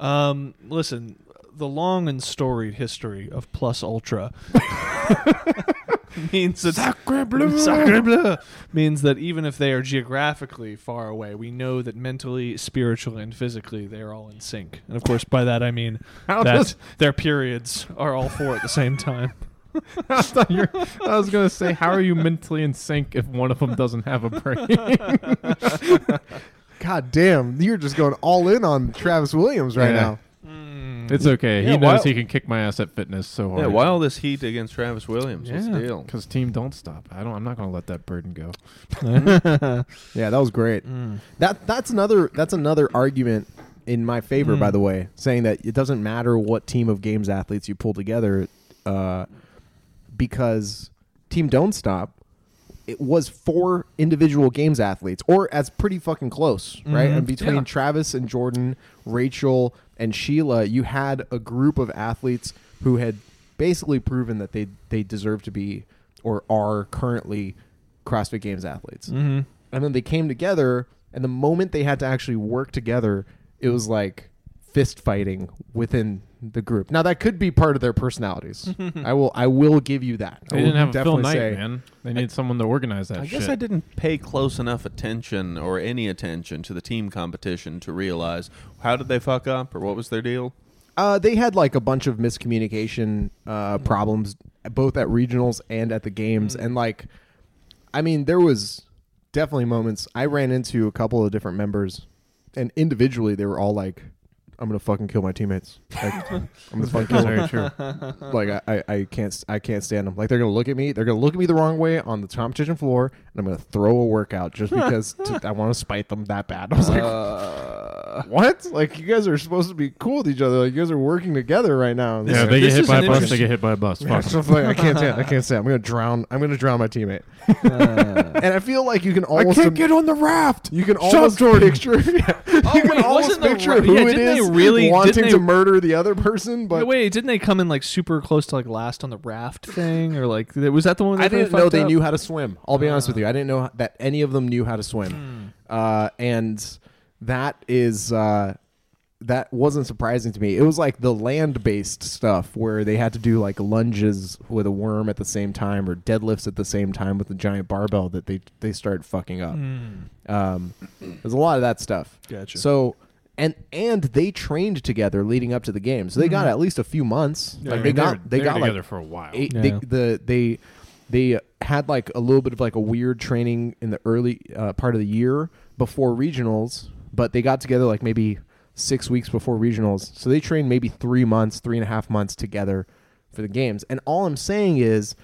Speaker 2: um, listen, the long and storied history of Plus Ultra means that Sacre bleu! means that even if they are geographically far away, we know that mentally, spiritually, and physically they are all in sync. And of course, by that I mean
Speaker 4: How
Speaker 2: that
Speaker 4: does-
Speaker 2: their periods are all four at the same time.
Speaker 4: I thought you were- I was gonna say, how are you mentally in sync if one of them doesn't have a brain?
Speaker 1: God damn, you're just going all in on Travis Williams right
Speaker 4: Yeah.
Speaker 1: now. Mm.
Speaker 4: it's okay.
Speaker 3: Yeah,
Speaker 4: he knows
Speaker 3: why-
Speaker 4: he can kick my ass at fitness so hard.
Speaker 3: Yeah, why all this heat against Travis Williams? What's the
Speaker 4: Yeah.
Speaker 3: deal?
Speaker 4: Because team don't stop. I don't. I'm not gonna let that burden go.
Speaker 1: Yeah, that was great. That that's another that's another argument in my favor, by the way, saying that it doesn't matter what team of games athletes you pull together, uh, because Team Don't Stop it was four individual games athletes, or as pretty fucking close, right? And between
Speaker 2: Yeah.
Speaker 1: Travis and Jordan, Rachel and Sheila, you had a group of athletes who had basically proven that they they deserve to be or are currently CrossFit Games athletes. Mm-hmm. And then they came together, and the moment they had to actually work together, it was like fist fighting within the group. Now that could be part of their personalities. I will I will give you that. I
Speaker 4: They
Speaker 1: will
Speaker 4: didn't have a Phil
Speaker 1: definitely
Speaker 4: Knight,
Speaker 1: say-
Speaker 4: man. They need someone to organize that.
Speaker 3: I guess
Speaker 4: shit.
Speaker 3: I didn't pay close enough attention or any attention to the team competition to realize how did they fuck up or what was their deal?
Speaker 1: Uh, they had like a bunch of miscommunication uh, problems, both at regionals and at the games, and like, I mean, there was definitely moments I ran into a couple of different members, and individually they were all like, "I'm gonna fucking kill my teammates. Like, I'm gonna fucking kill them.
Speaker 4: Very true.
Speaker 1: Like,
Speaker 2: Uh-huh.
Speaker 1: I, I, I can't, I can't stand them. Like, they're gonna look at me, they're gonna look at me the wrong way on the competition floor, and I'm gonna throw a workout just because t- I want to spite them that bad. I was like,
Speaker 2: Uh.
Speaker 1: what? Like, you guys are supposed to be cool with each other. Like, you guys are working together right now.
Speaker 4: Yeah, they
Speaker 2: This
Speaker 4: get hit
Speaker 2: is
Speaker 4: by
Speaker 2: an
Speaker 4: a bus. They
Speaker 2: interesting-
Speaker 4: get hit by a bus.
Speaker 1: Yeah,
Speaker 4: Fuck.
Speaker 1: it's just like, I can't say it. I can't say it. I'm gonna drown. I'm gonna drown my teammate.
Speaker 2: Uh.
Speaker 1: and I feel like you can almost
Speaker 4: on the raft.
Speaker 1: you can
Speaker 4: Shut
Speaker 1: almost
Speaker 4: up, Jordan.
Speaker 1: picture. Yeah, you can
Speaker 2: Oh, wait,
Speaker 1: almost
Speaker 2: wasn't the
Speaker 1: picture
Speaker 2: ra-
Speaker 1: who
Speaker 2: yeah,
Speaker 1: it
Speaker 2: didn't they
Speaker 1: is
Speaker 2: really-
Speaker 1: wanting
Speaker 2: didn't
Speaker 1: to
Speaker 2: they-
Speaker 1: murder the other person. But
Speaker 2: Wait, wait, didn't they come in like super close to like last on the raft thing, or like th- was that the one? Where
Speaker 1: I
Speaker 2: they
Speaker 1: didn't
Speaker 2: really
Speaker 1: know
Speaker 2: fucked
Speaker 1: they
Speaker 2: up?
Speaker 1: knew how to swim. I'll be honest with you. I didn't know that any of them knew how to swim. Uh, and that is uh, that wasn't surprising to me. It was like the land-based stuff where they had to do like lunges with a worm at the same time or deadlifts at the same time with the giant barbell that they they started fucking up.
Speaker 2: Mm.
Speaker 1: Um, there's a lot of that stuff.
Speaker 2: Hmm. Gotcha.
Speaker 1: So and and they trained together leading up to the game, so they got at least a few months. like
Speaker 4: I
Speaker 1: they
Speaker 4: mean,
Speaker 1: got
Speaker 4: were-
Speaker 1: they,
Speaker 4: were
Speaker 1: got
Speaker 4: together
Speaker 1: like
Speaker 4: for a while.
Speaker 1: it-
Speaker 2: Yeah.
Speaker 1: they, the they they had like a little bit of like a weird training in the early uh, part of the year before regionals, but they got together like maybe six weeks before regionals, so they trained maybe three months, three and a half months together for the games. And all I'm saying is,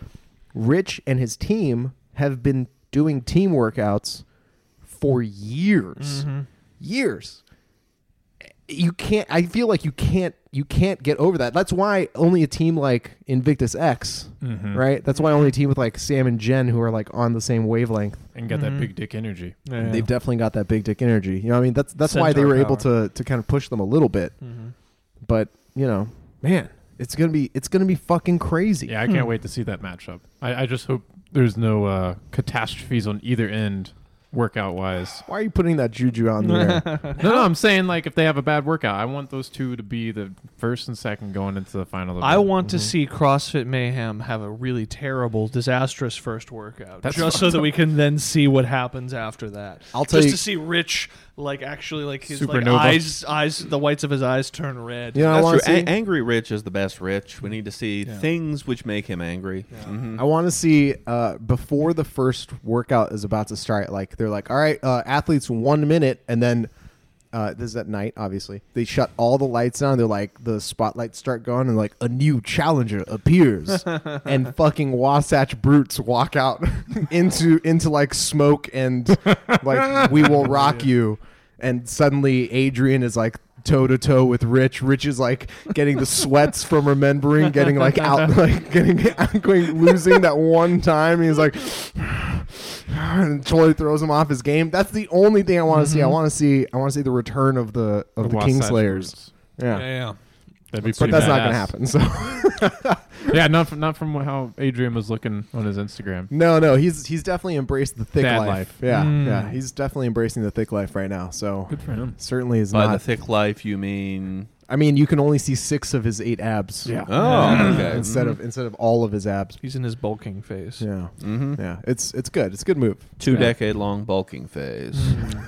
Speaker 1: Rich and his team have been doing team workouts for
Speaker 2: Mm-hmm.
Speaker 1: years, years you can't i feel like you can't you can't get over that that's why only a team like invictus x
Speaker 4: Mm. Mm-hmm.
Speaker 1: right that's why only a team with like sam and jen who are like on the same wavelength
Speaker 4: and got that big dick energy.
Speaker 2: Yeah.
Speaker 1: they've definitely got that big dick energy you know what i mean that's that's why they
Speaker 2: Centaur
Speaker 1: were able to to kind of push them a little bit but you know man it's gonna be it's gonna be fucking crazy
Speaker 4: Yeah, I can't wait to see that matchup. I, I just hope there's no uh, catastrophes on either end, workout wise.
Speaker 1: why are you putting that juju
Speaker 2: Mm-hmm.
Speaker 1: out in the air
Speaker 4: no, no, I'm saying like if they have a bad workout, I want those two to be the first and second going into the Mhm. final. Event.
Speaker 2: I want to see CrossFit Mayhem have a really terrible, disastrous first workout,
Speaker 4: That's
Speaker 2: just so that we can then see what happens after that.
Speaker 1: I'll tell
Speaker 2: just
Speaker 1: you-
Speaker 2: to see Rich, like actually, like his like,
Speaker 4: Supernova.
Speaker 2: eyes, eyes, the whites of his eyes turn red.
Speaker 1: you know what i
Speaker 3: That's
Speaker 1: want to
Speaker 3: true.
Speaker 1: see
Speaker 3: A- angry Rich is the best Rich. We need to see things which make him angry. Mhm.
Speaker 1: I want to see uh, before the first workout is about to start. Like they're like, all right, uh, athletes, one minute, and then Uh, this is at night, obviously. They shut all the lights down. They're like the spotlights start going, and like a new challenger appears, and fucking Wasatch brutes walk out into into like smoke and like we will rock you. And suddenly Adrian is like toe to toe with Rich. Rich is like getting the sweats from remembering, getting like out, like getting going, losing that one time. He's like, and Troy throws him off his game. That's the only thing I want to see. I want to see. I want to see the return of the of the,
Speaker 4: Wasatch
Speaker 1: Kingslayers.
Speaker 4: Roots.
Speaker 1: Yeah.
Speaker 2: Yeah, yeah.
Speaker 4: That'd be
Speaker 1: but
Speaker 4: pretty
Speaker 1: that's not
Speaker 4: badass.
Speaker 1: gonna happen. So
Speaker 4: Yeah, not from, not from how Adrian was looking on his Instagram.
Speaker 1: no, no, he's he's definitely embraced the thick
Speaker 4: Bad
Speaker 1: life.
Speaker 4: life.
Speaker 1: Yeah, yeah, he's definitely embracing the thick life right now. So
Speaker 4: Good for him.
Speaker 1: certainly is
Speaker 3: By the
Speaker 1: not.
Speaker 3: thick life, you mean?
Speaker 1: I mean, you can only see six of his eight abs.
Speaker 4: Yeah.
Speaker 3: Oh, okay.
Speaker 1: instead of instead of all of his abs.
Speaker 2: He's in his bulking phase.
Speaker 1: Yeah, yeah, it's it's good. It's a good move.
Speaker 3: Mm-hmm. Two decade long bulking phase.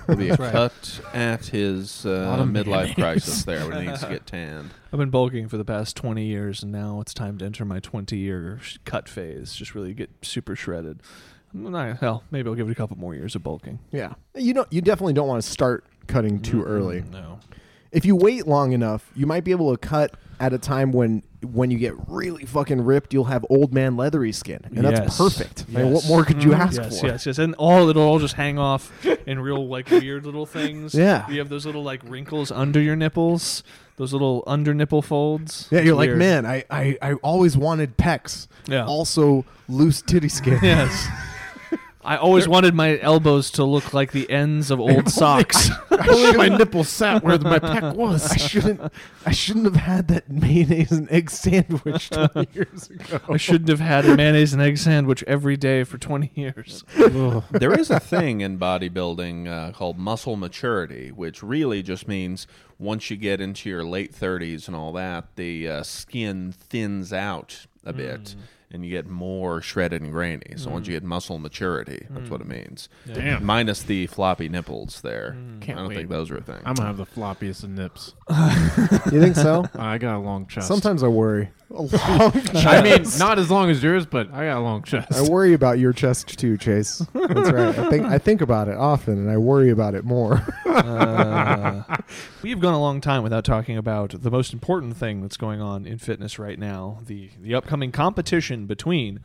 Speaker 3: Will be
Speaker 2: Mm.
Speaker 3: a
Speaker 2: right.
Speaker 3: cut at his uh,
Speaker 4: of
Speaker 3: midlife crisis there when he needs to get tanned.
Speaker 2: I've been bulking for the past 20 years, and now it's time to enter my 20 year sh- cut phase. Just really get super shredded. I'm not- hell, maybe I'll give it a couple more years of bulking.
Speaker 1: Yeah, you don't. You definitely don't want to start cutting too early.
Speaker 2: No.
Speaker 1: If you wait long enough, you might be able to cut at a time when when you get really fucking ripped, you'll have old man leathery skin, and that's
Speaker 2: Yes.
Speaker 1: perfect. I mean, what
Speaker 2: Yes. Mm-hmm.
Speaker 1: more could you ask
Speaker 2: yes,
Speaker 1: for?
Speaker 2: yes, yes, and all it'll all just hang off in real like weird little things.
Speaker 1: Yeah.
Speaker 2: you have those little like wrinkles under your nipples, those little under nipple folds.
Speaker 1: Yeah, you're like,
Speaker 2: Weird.
Speaker 1: man, I, I, I always wanted pecs.
Speaker 2: Yeah.
Speaker 1: Also, loose titty skin.
Speaker 2: Yes, I always wanted my elbows to look like the ends of old socks.
Speaker 1: I
Speaker 4: My
Speaker 1: shouldn't-
Speaker 4: nipple sat where my pec
Speaker 1: I
Speaker 4: was.
Speaker 1: shouldn't. I shouldn't have had that mayonnaise and egg sandwich twenty years ago.
Speaker 2: I shouldn't have had a mayonnaise and egg sandwich every day for 20 years.
Speaker 3: there is a thing in bodybuilding uh, called muscle maturity, which really just means once you get into your late 30s and all that, the uh, skin thins out a
Speaker 4: Mm.
Speaker 3: bit and you get more shredded and grainy. So once you get muscle maturity, that's what it
Speaker 4: Mm.
Speaker 3: means.
Speaker 4: Damn.
Speaker 3: Minus the floppy nipples there.
Speaker 4: Mm. Can't
Speaker 3: I don't
Speaker 4: wait.
Speaker 3: think those are a thing.
Speaker 4: I'm gonna have the floppiest of nips.
Speaker 1: You think so?
Speaker 4: I got a long chest.
Speaker 1: Sometimes I worry. A long chest.
Speaker 4: I mean, not as long as yours, but I got a long chest.
Speaker 1: I worry about your chest too, Chase. That's right. I think I think about it often, and I worry about it more.
Speaker 2: We've gone a long time without talking about the most important thing that's going on in fitness right now the, the upcoming competition between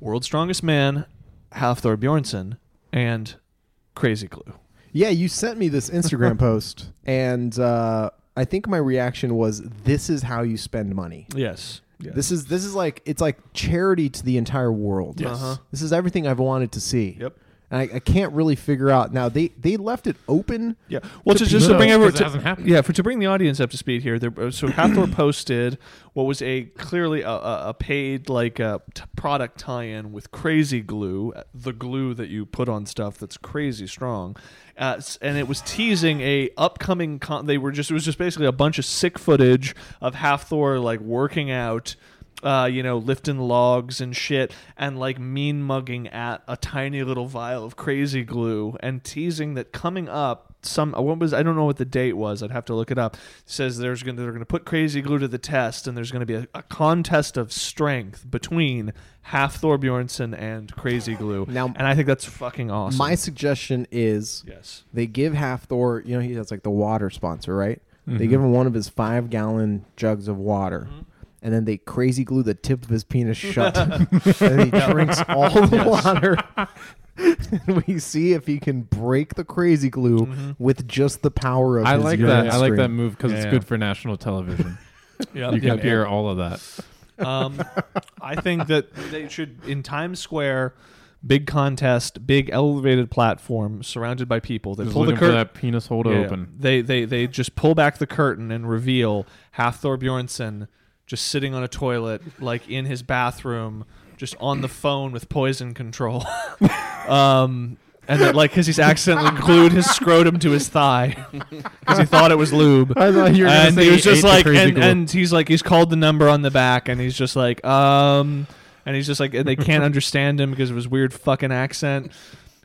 Speaker 2: World's Strongest Man, Halfthor Bjornsson, and Crazy Glue.
Speaker 1: yeah, you sent me this Instagram post, and uh, I think my reaction was, "This is how you spend money."
Speaker 2: Yes. yes.
Speaker 1: This is this is like it's like charity to the entire world.
Speaker 4: Yes. Uh-huh.
Speaker 1: This is everything I've wanted to see.
Speaker 2: Yep.
Speaker 1: And I, I can't really figure out now. They they left it open.
Speaker 2: Yeah. Well, to,
Speaker 1: To
Speaker 2: just to
Speaker 4: people.
Speaker 2: bring
Speaker 4: No,
Speaker 2: everyone,
Speaker 4: 'cause it hasn't happened.
Speaker 2: yeah, for to bring the audience up to speed here. There, uh, so Hathor posted what was a clearly a, a, a paid like a t- product tie-in with Crazy Glue, uh, the glue that you put on stuff that's crazy strong, uh, s- and it was teasing a upcoming. Con- they were just it was just basically a bunch of sick footage of Hathor like working out uh, you know, lifting logs and shit, and like mean mugging at a tiny little vial of crazy glue, and teasing that coming up some uh, what was I don't know what the date was. I'd have to look it up. Says there's gonna they're gonna put crazy glue to the test, and there's gonna be a, a contest of strength between Half Thor Bjornsson and Crazy Glue.
Speaker 1: Now-
Speaker 2: and I think that's fucking awesome.
Speaker 1: My suggestion is
Speaker 2: yes,
Speaker 1: they give half Thor, you know, he has like the water sponsor, right?
Speaker 4: Mm-hmm.
Speaker 1: They give him one of his five gallon jugs of water.
Speaker 2: Mm-hmm.
Speaker 1: And then they crazy glue the tip of his penis shut. and he drinks all the water. and we see if he can break the crazy glue
Speaker 2: Mm-hmm.
Speaker 1: with just the power of
Speaker 4: I
Speaker 1: his
Speaker 4: like
Speaker 1: urine
Speaker 4: that. I like that
Speaker 1: stream.
Speaker 4: move because it's
Speaker 2: Yeah.
Speaker 4: good for national television.
Speaker 2: yeah,
Speaker 4: You can hear all of that.
Speaker 2: Um, I think that they should in Times Square, big contest, big elevated platform, surrounded by people. They
Speaker 4: Just
Speaker 2: pull the
Speaker 4: looking for
Speaker 2: curtain
Speaker 4: that penis hole to open.
Speaker 2: They they they just pull back the curtain and reveal Halfthor Bjornsson just sitting on a toilet, like in his bathroom, just on the phone with poison control. um. And that, like, because he's accidentally glued his scrotum to his thigh because he thought it was lube
Speaker 4: I thought you were
Speaker 2: and he was just like, and, and he's like, he's called the number on the back, and he's just like, um, and he's just like, and they can't understand him because of his weird fucking accent.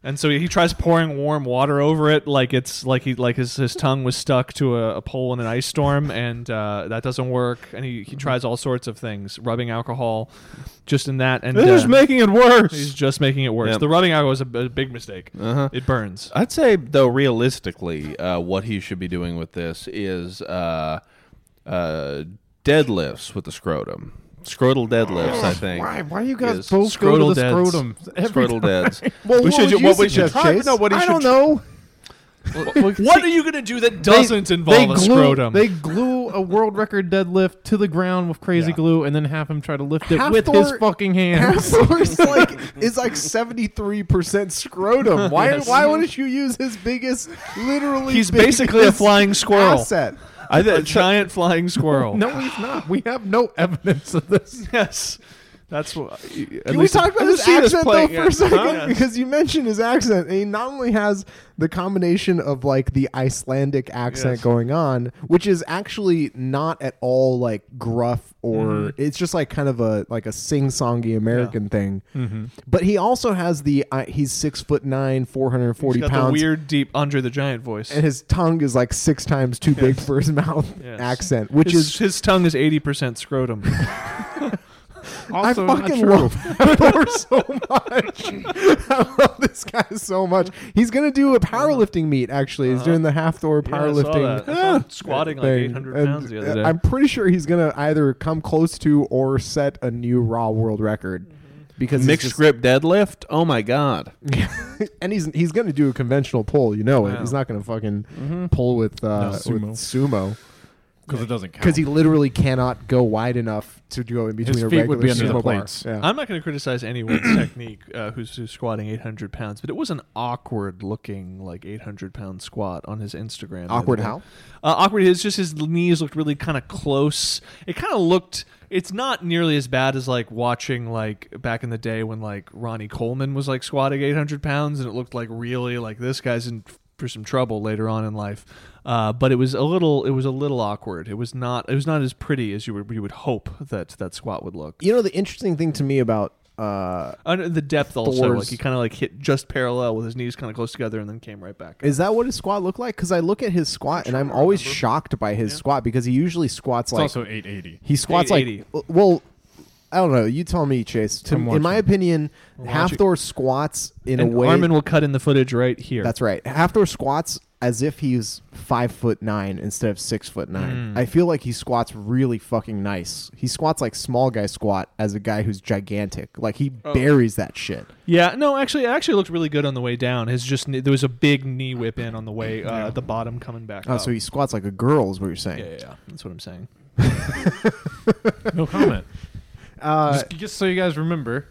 Speaker 2: And so he tries pouring warm water over it, like it's like he like his, his tongue was stuck to a, a pole in an ice storm, and uh, that doesn't work. And he, he tries all sorts of things, rubbing alcohol, just in that. And
Speaker 3: This is
Speaker 2: uh,
Speaker 3: making it
Speaker 2: he's
Speaker 3: worse.
Speaker 2: just making it worse.
Speaker 3: Yep.
Speaker 2: The rubbing alcohol is a, a big mistake.
Speaker 3: Uh-huh.
Speaker 2: It burns.
Speaker 3: I'd say though, realistically, uh, what he should be doing with this is uh, uh, deadlifts with the scrotum, scrotal deadlifts.
Speaker 4: Oh,
Speaker 3: I think.
Speaker 4: Why? Why you guys
Speaker 3: Yes.
Speaker 4: both go
Speaker 2: Scrotal
Speaker 4: to the
Speaker 2: deads.
Speaker 4: scrotum? Every
Speaker 3: Scrotal deads.
Speaker 1: Well,
Speaker 3: we
Speaker 1: what
Speaker 3: should.
Speaker 1: would you
Speaker 3: what we should
Speaker 1: suggest,
Speaker 3: try.
Speaker 1: Chase?
Speaker 3: No, what he
Speaker 1: I don't
Speaker 3: should try-
Speaker 1: know.
Speaker 2: What are you gonna do that
Speaker 4: They-
Speaker 2: doesn't involve
Speaker 4: they
Speaker 2: a
Speaker 4: glue,
Speaker 2: scrotum?
Speaker 4: They glue a world record deadlift to the ground with crazy
Speaker 2: Yeah.
Speaker 4: glue, and then have him try to lift it
Speaker 1: Half
Speaker 4: with his
Speaker 1: Thor-
Speaker 4: fucking hands.
Speaker 1: Hathor is like is like seventy three percent scrotum. Why why wouldn't you use his biggest? Literally,
Speaker 2: He's basically a
Speaker 1: biggest
Speaker 2: flying squirrel,
Speaker 1: Asset.
Speaker 2: I, a giant flying squirrel.
Speaker 4: No, he's not. We have no evidence of this.
Speaker 2: Yes, that's what. At
Speaker 1: Can
Speaker 2: least
Speaker 1: we talk about
Speaker 2: at
Speaker 1: his
Speaker 2: least see this
Speaker 1: accent though
Speaker 2: playing-
Speaker 1: for
Speaker 2: yeah.
Speaker 1: a second?
Speaker 2: Huh?
Speaker 1: Because you mentioned his accent, and he not only has the combination of like the Icelandic accent
Speaker 2: Yes.
Speaker 1: going on, which is actually not at all like gruff or
Speaker 2: Mm-hmm.
Speaker 1: it's just like kind of a like a sing-songy American thing.
Speaker 2: Mm-hmm.
Speaker 1: But he also has the uh, he's six foot nine, four hundred forty
Speaker 2: He's got
Speaker 1: pounds,
Speaker 2: the weird deep Andre the Giant voice.
Speaker 1: and his tongue is like six times too big for his mouth
Speaker 2: Yes.
Speaker 1: accent, which
Speaker 2: his,
Speaker 1: is
Speaker 2: his tongue is eighty percent scrotum.
Speaker 4: Also,
Speaker 1: I
Speaker 4: not
Speaker 1: fucking
Speaker 4: true.
Speaker 1: love Thor so much. I love this guy so much. He's gonna do a powerlifting meet. Actually, he's doing the half Thor
Speaker 2: Uh-huh. Yeah, I saw
Speaker 1: powerlifting. eh,
Speaker 2: that. I saw him squatting like
Speaker 1: thing.
Speaker 2: eight hundred
Speaker 1: And,
Speaker 2: pounds the other
Speaker 1: uh,
Speaker 2: day.
Speaker 1: I'm pretty sure he's gonna either come close to or set a new Raw world record
Speaker 2: Mm-hmm.
Speaker 1: because he's
Speaker 3: Mixed
Speaker 1: just-
Speaker 3: grip deadlift. Oh my god.
Speaker 1: and he's he's gonna do a conventional pull. You know it.
Speaker 2: Wow.
Speaker 1: He's not gonna fucking pull with, uh,
Speaker 4: No, sumo.
Speaker 1: with sumo
Speaker 4: because it doesn't count.
Speaker 1: because he literally cannot go wide enough to go in between
Speaker 4: His
Speaker 1: a
Speaker 4: feet
Speaker 1: regular
Speaker 4: would be under the
Speaker 1: sumo bar.
Speaker 4: plates.
Speaker 1: Yeah.
Speaker 2: I'm not going to criticize anyone's technique uh, who's, who's squatting 800 pounds, but it was an awkward looking like 800 pound squat on his Instagram. the other
Speaker 1: Awkward
Speaker 2: day.
Speaker 1: how?
Speaker 2: Uh, awkward. It's just his knees looked really kind of close. It kind of looked. It's not nearly as bad as like watching like back in the day when like Ronnie Coleman was like squatting 800 pounds and it looked like really like this guy's in for some trouble later on in life. Uh, but it was a little. It was a little awkward. It was not. It was not as pretty as you would you would hope that that squat would look.
Speaker 1: You know the interesting thing to me about uh,
Speaker 2: Under the depth also,
Speaker 1: Thor's-
Speaker 2: like he kind of like hit just parallel with his knees kind of close together and then came right back.
Speaker 1: Is that what his squat looked like? Because I look at his squat and I'm always shocked by his squat because he usually squats
Speaker 4: it's
Speaker 1: like
Speaker 4: also 880.
Speaker 1: he squats like
Speaker 2: 880.
Speaker 1: well, I don't know. You tell me, Chase. To,
Speaker 4: I'm
Speaker 1: in
Speaker 4: watching.
Speaker 1: my opinion,
Speaker 2: watching.
Speaker 1: Hathor squats in
Speaker 2: and
Speaker 1: a way.
Speaker 2: Armin will cut in the footage right here.
Speaker 1: that's right. Hathor squats as if he's five foot nine instead of six foot nine. I feel like he squats really fucking nice. He squats like small guy squat as a guy who's gigantic. Like he buries that shit.
Speaker 2: yeah. No, actually, it actually looked really good on the way down. His just kn- there was a big knee whip in on the way, uh, the bottom coming back.
Speaker 1: Oh,
Speaker 2: up.
Speaker 1: so he squats like a girl is what you're saying.
Speaker 2: yeah, yeah, yeah, that's what I'm saying.
Speaker 4: No comment.
Speaker 1: Uh,
Speaker 4: just, just so you guys remember,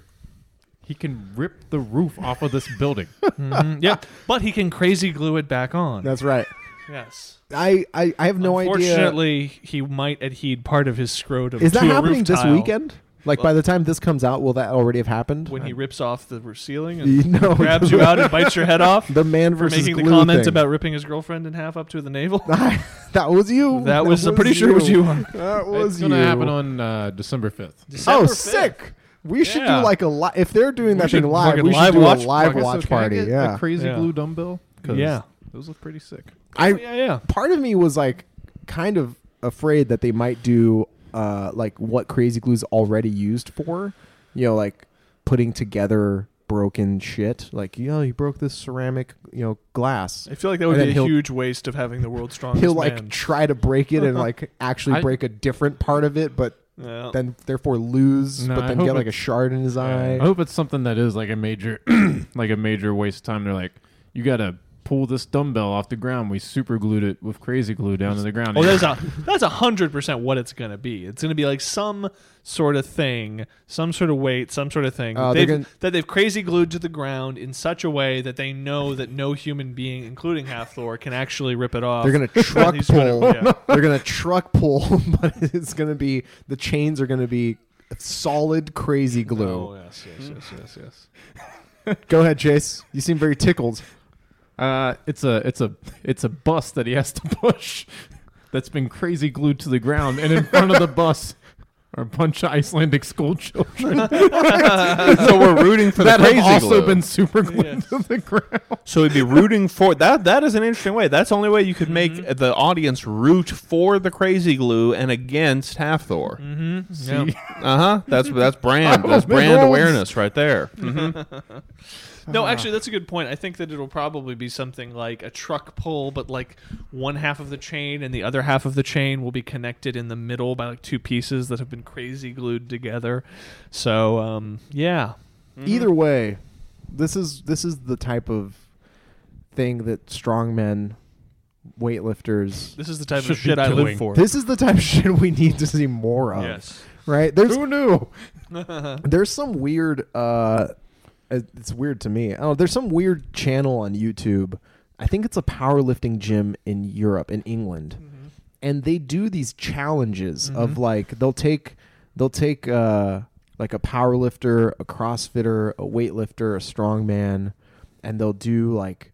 Speaker 4: he can rip the roof off of this building.
Speaker 2: Mhm, yeah, but he can crazy glue it back on.
Speaker 1: that's right.
Speaker 2: yes.
Speaker 1: I, I, I have no idea.
Speaker 2: Unfortunately, he might adhede part of his scrotum.
Speaker 1: Is that
Speaker 2: to a
Speaker 1: happening
Speaker 2: roof
Speaker 1: this
Speaker 2: tile
Speaker 1: weekend? Like by the time this comes out, will that already have happened?
Speaker 2: When he rips off the ceiling
Speaker 1: You
Speaker 2: and
Speaker 1: know,
Speaker 2: grabs
Speaker 1: the-
Speaker 2: you out and bites your head off.
Speaker 1: the man
Speaker 2: for
Speaker 1: versus
Speaker 2: making the
Speaker 1: glue
Speaker 2: comment
Speaker 1: thing.
Speaker 2: about ripping his girlfriend in half up to the navel.
Speaker 1: that was Oh, you.
Speaker 2: That, was, I'm pretty sure it was you.
Speaker 1: That was
Speaker 4: it's
Speaker 1: you.
Speaker 4: going to happen on uh, December 5th.
Speaker 1: oh,
Speaker 2: December 5th.
Speaker 1: sick! We should
Speaker 2: Yeah.
Speaker 1: do like a li- if they're doing that
Speaker 2: should
Speaker 1: thing live.
Speaker 2: fucking
Speaker 1: We should
Speaker 2: live
Speaker 1: do
Speaker 2: watch-
Speaker 1: a live
Speaker 4: Okay, so
Speaker 1: watch
Speaker 4: can I
Speaker 1: party.
Speaker 4: get
Speaker 1: Yeah,
Speaker 4: a crazy
Speaker 2: Yeah.
Speaker 4: glue dumbbell. 'Cause
Speaker 2: Yeah. Oh,
Speaker 4: those look pretty sick.
Speaker 1: I
Speaker 2: Yeah, yeah.
Speaker 1: part of me was like kind of afraid that they might do uh like what crazy glue's already used for you know like putting together broken shit like you know he broke this ceramic you know glass
Speaker 2: I feel like that would
Speaker 1: And
Speaker 2: be
Speaker 1: then
Speaker 2: a
Speaker 1: he'll-
Speaker 2: huge waste of having the world's strongest
Speaker 1: he'll like
Speaker 2: man.
Speaker 1: try to break it and like actually
Speaker 4: I-
Speaker 1: break a different part of it but
Speaker 2: Yeah.
Speaker 1: then therefore lose
Speaker 4: No,
Speaker 1: but
Speaker 4: I
Speaker 1: then
Speaker 4: hope
Speaker 1: get like a
Speaker 4: it's-
Speaker 1: shard in his
Speaker 4: I
Speaker 1: eye
Speaker 4: hope it's something that is like a major, like a major waste of time. They're like, you got to pull this dumbbell off the ground. We super glued it with crazy glue down to the ground.
Speaker 2: Oh, that's a that's a hundred percent what it's gonna be. It's gonna be like some sort of thing, some sort of weight, some sort of thing
Speaker 1: Uh,
Speaker 2: that,
Speaker 1: they're
Speaker 2: they've,
Speaker 1: gonna-
Speaker 2: that they've crazy glued to the ground in such a way that they know that no human being, including Half Thor, can actually rip it off.
Speaker 1: they're gonna
Speaker 2: And
Speaker 1: truck
Speaker 2: he's
Speaker 1: pull
Speaker 2: gonna- yeah.
Speaker 1: they're gonna truck pull but it's gonna be the chains are gonna be solid crazy glue
Speaker 2: Oh, yes, yes, yes, yes, yes.
Speaker 1: Go ahead, Chase. You seem very tickled.
Speaker 4: Uh, it's a it's a it's a bus that he has to push that's been crazy glued to the ground and in front of the bus are a bunch of Icelandic schoolchildren
Speaker 3: so we're rooting for
Speaker 4: that
Speaker 3: the crazy
Speaker 4: have also
Speaker 3: glue.
Speaker 4: been super glued to the ground.
Speaker 3: So we'd be rooting for that. That is an interesting way. That's the only way you could make the audience root for the crazy glue and against Half Thor.
Speaker 2: Mm-hmm. Yeah.
Speaker 3: Uh huh. That's that's brand.
Speaker 4: Oh,
Speaker 3: That's
Speaker 4: big
Speaker 3: brand
Speaker 4: rolls.
Speaker 3: awareness right there.
Speaker 2: No, actually, that's a good point. I think that it'll probably be something like a truck pull, but like one half of the chain and the other half of the chain will be connected in the middle by like two pieces that have been crazy glued together. So, um, yeah.
Speaker 1: Either way, this is this is the type of thing that strongmen, weightlifters.
Speaker 2: This is the type
Speaker 4: Should
Speaker 2: of
Speaker 4: be
Speaker 2: shit I live
Speaker 4: doing.
Speaker 2: for.
Speaker 1: This is the type of shit we need to see more of.
Speaker 2: yes.
Speaker 1: Right? There's
Speaker 4: Who knew?
Speaker 1: there's some weird uh it's weird to me. Oh, there's some weird channel on YouTube. I think it's a powerlifting gym in Europe in England. And they do these challenges of like they'll take they'll take uh like a powerlifter, a crossfitter, a weightlifter, a strongman and they'll do like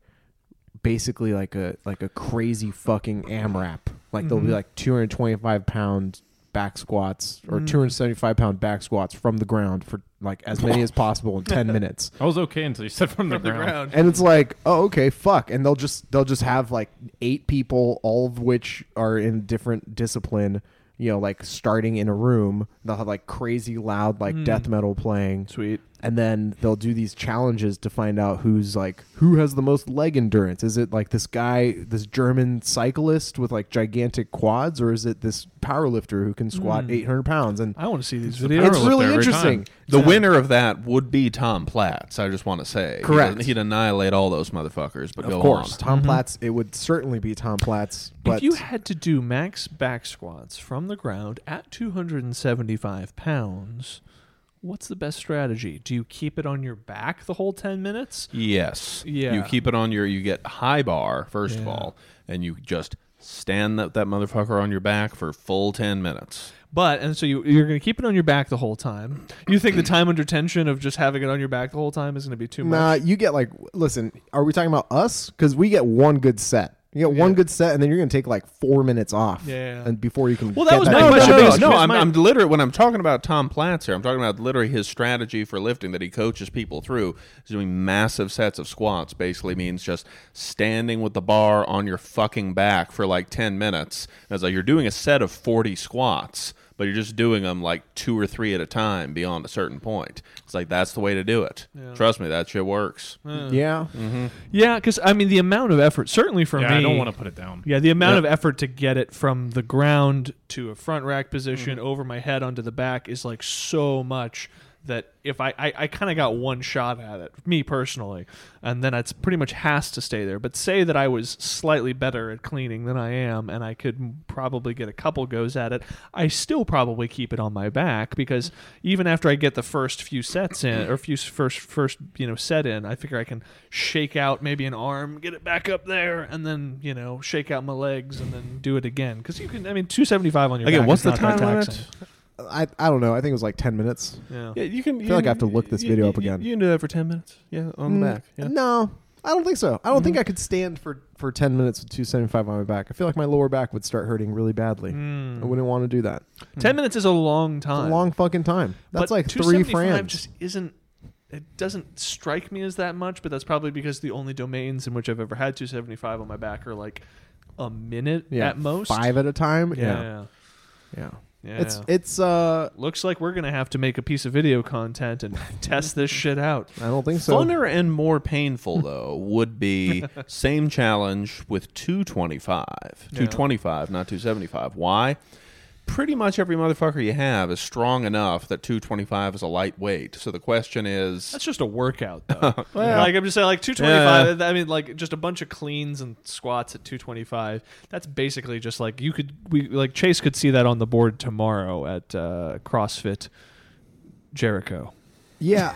Speaker 1: basically like a like a crazy fucking AMRAP. Like they'll be like 225 pound back squats or 275 pound back squats from the ground for like as many as possible in 10 minutes.
Speaker 4: I was okay until you said from the, ground.
Speaker 1: And it's like, oh okay, fuck. And they'll just they'll just have like eight people, all of which are in different discipline. You know, like starting in a room, they'll have like crazy loud like death metal playing
Speaker 2: Hmm. Sweet.
Speaker 1: and then they'll do these challenges to find out who's like who has the most leg endurance is it like this guy this german cyclist with like gigantic quads or is it this powerlifter who can
Speaker 2: Hmm.
Speaker 1: squat 800 pounds and
Speaker 2: I want to see these
Speaker 4: the
Speaker 2: videos.
Speaker 1: it's
Speaker 4: powerlifter
Speaker 1: really
Speaker 4: every
Speaker 1: interesting
Speaker 3: The winner of that would be Tom Platz. I just want to say, He'd-
Speaker 1: Correct.
Speaker 3: He'd, annihilate all those motherfuckers. But go
Speaker 1: of course
Speaker 3: on.
Speaker 1: tom platz it would certainly be tom platz but
Speaker 2: Mm-hmm. if you had to do max back squats from the ground at 275 pounds, what's the best strategy? Do you keep it on your back the whole 10 minutes?
Speaker 3: Yes.
Speaker 2: Yeah.
Speaker 3: You keep it on your. You get high bar first of
Speaker 2: Yeah.
Speaker 3: all, and you just stand that that motherfucker on your back for full ten minutes.
Speaker 2: But, and so you, you're going to keep it on your back the whole time. You think the time under tension of just having it on your back the whole time is going to be too
Speaker 1: nah
Speaker 2: much?
Speaker 1: you get like listen are we talking about us because we get one good set you get one good set and then you're gonna take like four minutes off
Speaker 2: Yeah.
Speaker 1: and before you can
Speaker 2: Well, that
Speaker 1: get
Speaker 2: was
Speaker 1: that
Speaker 2: my
Speaker 1: thing
Speaker 2: question,
Speaker 1: done.
Speaker 2: because
Speaker 3: no,
Speaker 2: Because
Speaker 3: I'm,
Speaker 2: my-
Speaker 3: I'm literally when I'm talking about Tom Platz here, I'm talking about literally his strategy for lifting that he coaches people through. Is doing massive sets of squats basically means just standing with the bar on your fucking back for like ten minutes. And it's like you're doing a set of forty squats, but you're just doing them like two or three at a time beyond a certain point. It's like that's the way to do it. Trust me, that shit works.
Speaker 1: yeah
Speaker 2: Mm-hmm. Yeah, because, I mean, the amount of effort, certainly for
Speaker 4: Yeah,
Speaker 2: me.
Speaker 4: I don't want to put it down.
Speaker 2: Yeah, the amount of effort to get it from the ground to a front rack position
Speaker 4: Mm-hmm.
Speaker 2: over my head onto the back is like so much that if I, I, I kind of got one shot at it, me personally, and then it's pretty much has to stay there. But say that I was slightly better at cleaning than I am, and I could m- probably get a couple goes at it, I still probably keep it on my back because even after I get the first few sets in or few s- first first you know set in, I figure I can shake out maybe an arm, get it back up there, and then you know shake out my legs and then do it again because you can. I mean, two seventy five on your
Speaker 3: Again,
Speaker 2: back
Speaker 3: what's
Speaker 2: is
Speaker 3: the
Speaker 2: not that
Speaker 3: time limit?
Speaker 2: taxing.
Speaker 1: I, I don't know i think it was like 10 minutes
Speaker 2: Yeah.
Speaker 3: you can. I
Speaker 1: feel like I have to look this video up again.
Speaker 3: You can do that for ten minutes. Yeah, on the
Speaker 1: Mm,
Speaker 3: back. Yeah.
Speaker 1: No, I don't think so. I don't
Speaker 2: Mm-hmm.
Speaker 1: think I could stand for, for 10 minutes with 275 on my back. I feel like my lower back would start hurting really badly.
Speaker 2: Mm.
Speaker 1: I wouldn't want to do that.
Speaker 2: Hmm. Ten minutes is a long
Speaker 1: It's
Speaker 2: time.
Speaker 1: a long fucking time. That's
Speaker 2: But
Speaker 1: like three
Speaker 2: 275
Speaker 1: frames.
Speaker 2: Just isn't. It doesn't strike me as that much, but that's probably because the only domains in which I've ever had 275 on my back are like a minute
Speaker 1: yeah,
Speaker 2: at most.
Speaker 1: Five at a time. Yeah.
Speaker 2: Yeah.
Speaker 1: Yeah.
Speaker 2: Yeah.
Speaker 1: It's, it's, uh,
Speaker 2: Looks like we're gonna have to make a piece of video content and test this shit out.
Speaker 1: I don't think so.
Speaker 3: Funner and more painful though would be same challenge with 225. 225, not 275. Why? Pretty much every motherfucker you have is strong enough that 225 is a lightweight. So the question is
Speaker 2: That's just a workout, though. like I'm just saying, like 225. I mean, like just a bunch of cleans and squats at 225. That's basically just like you could we like Chase could see that on the board tomorrow at uh, CrossFit Jericho.
Speaker 1: yeah.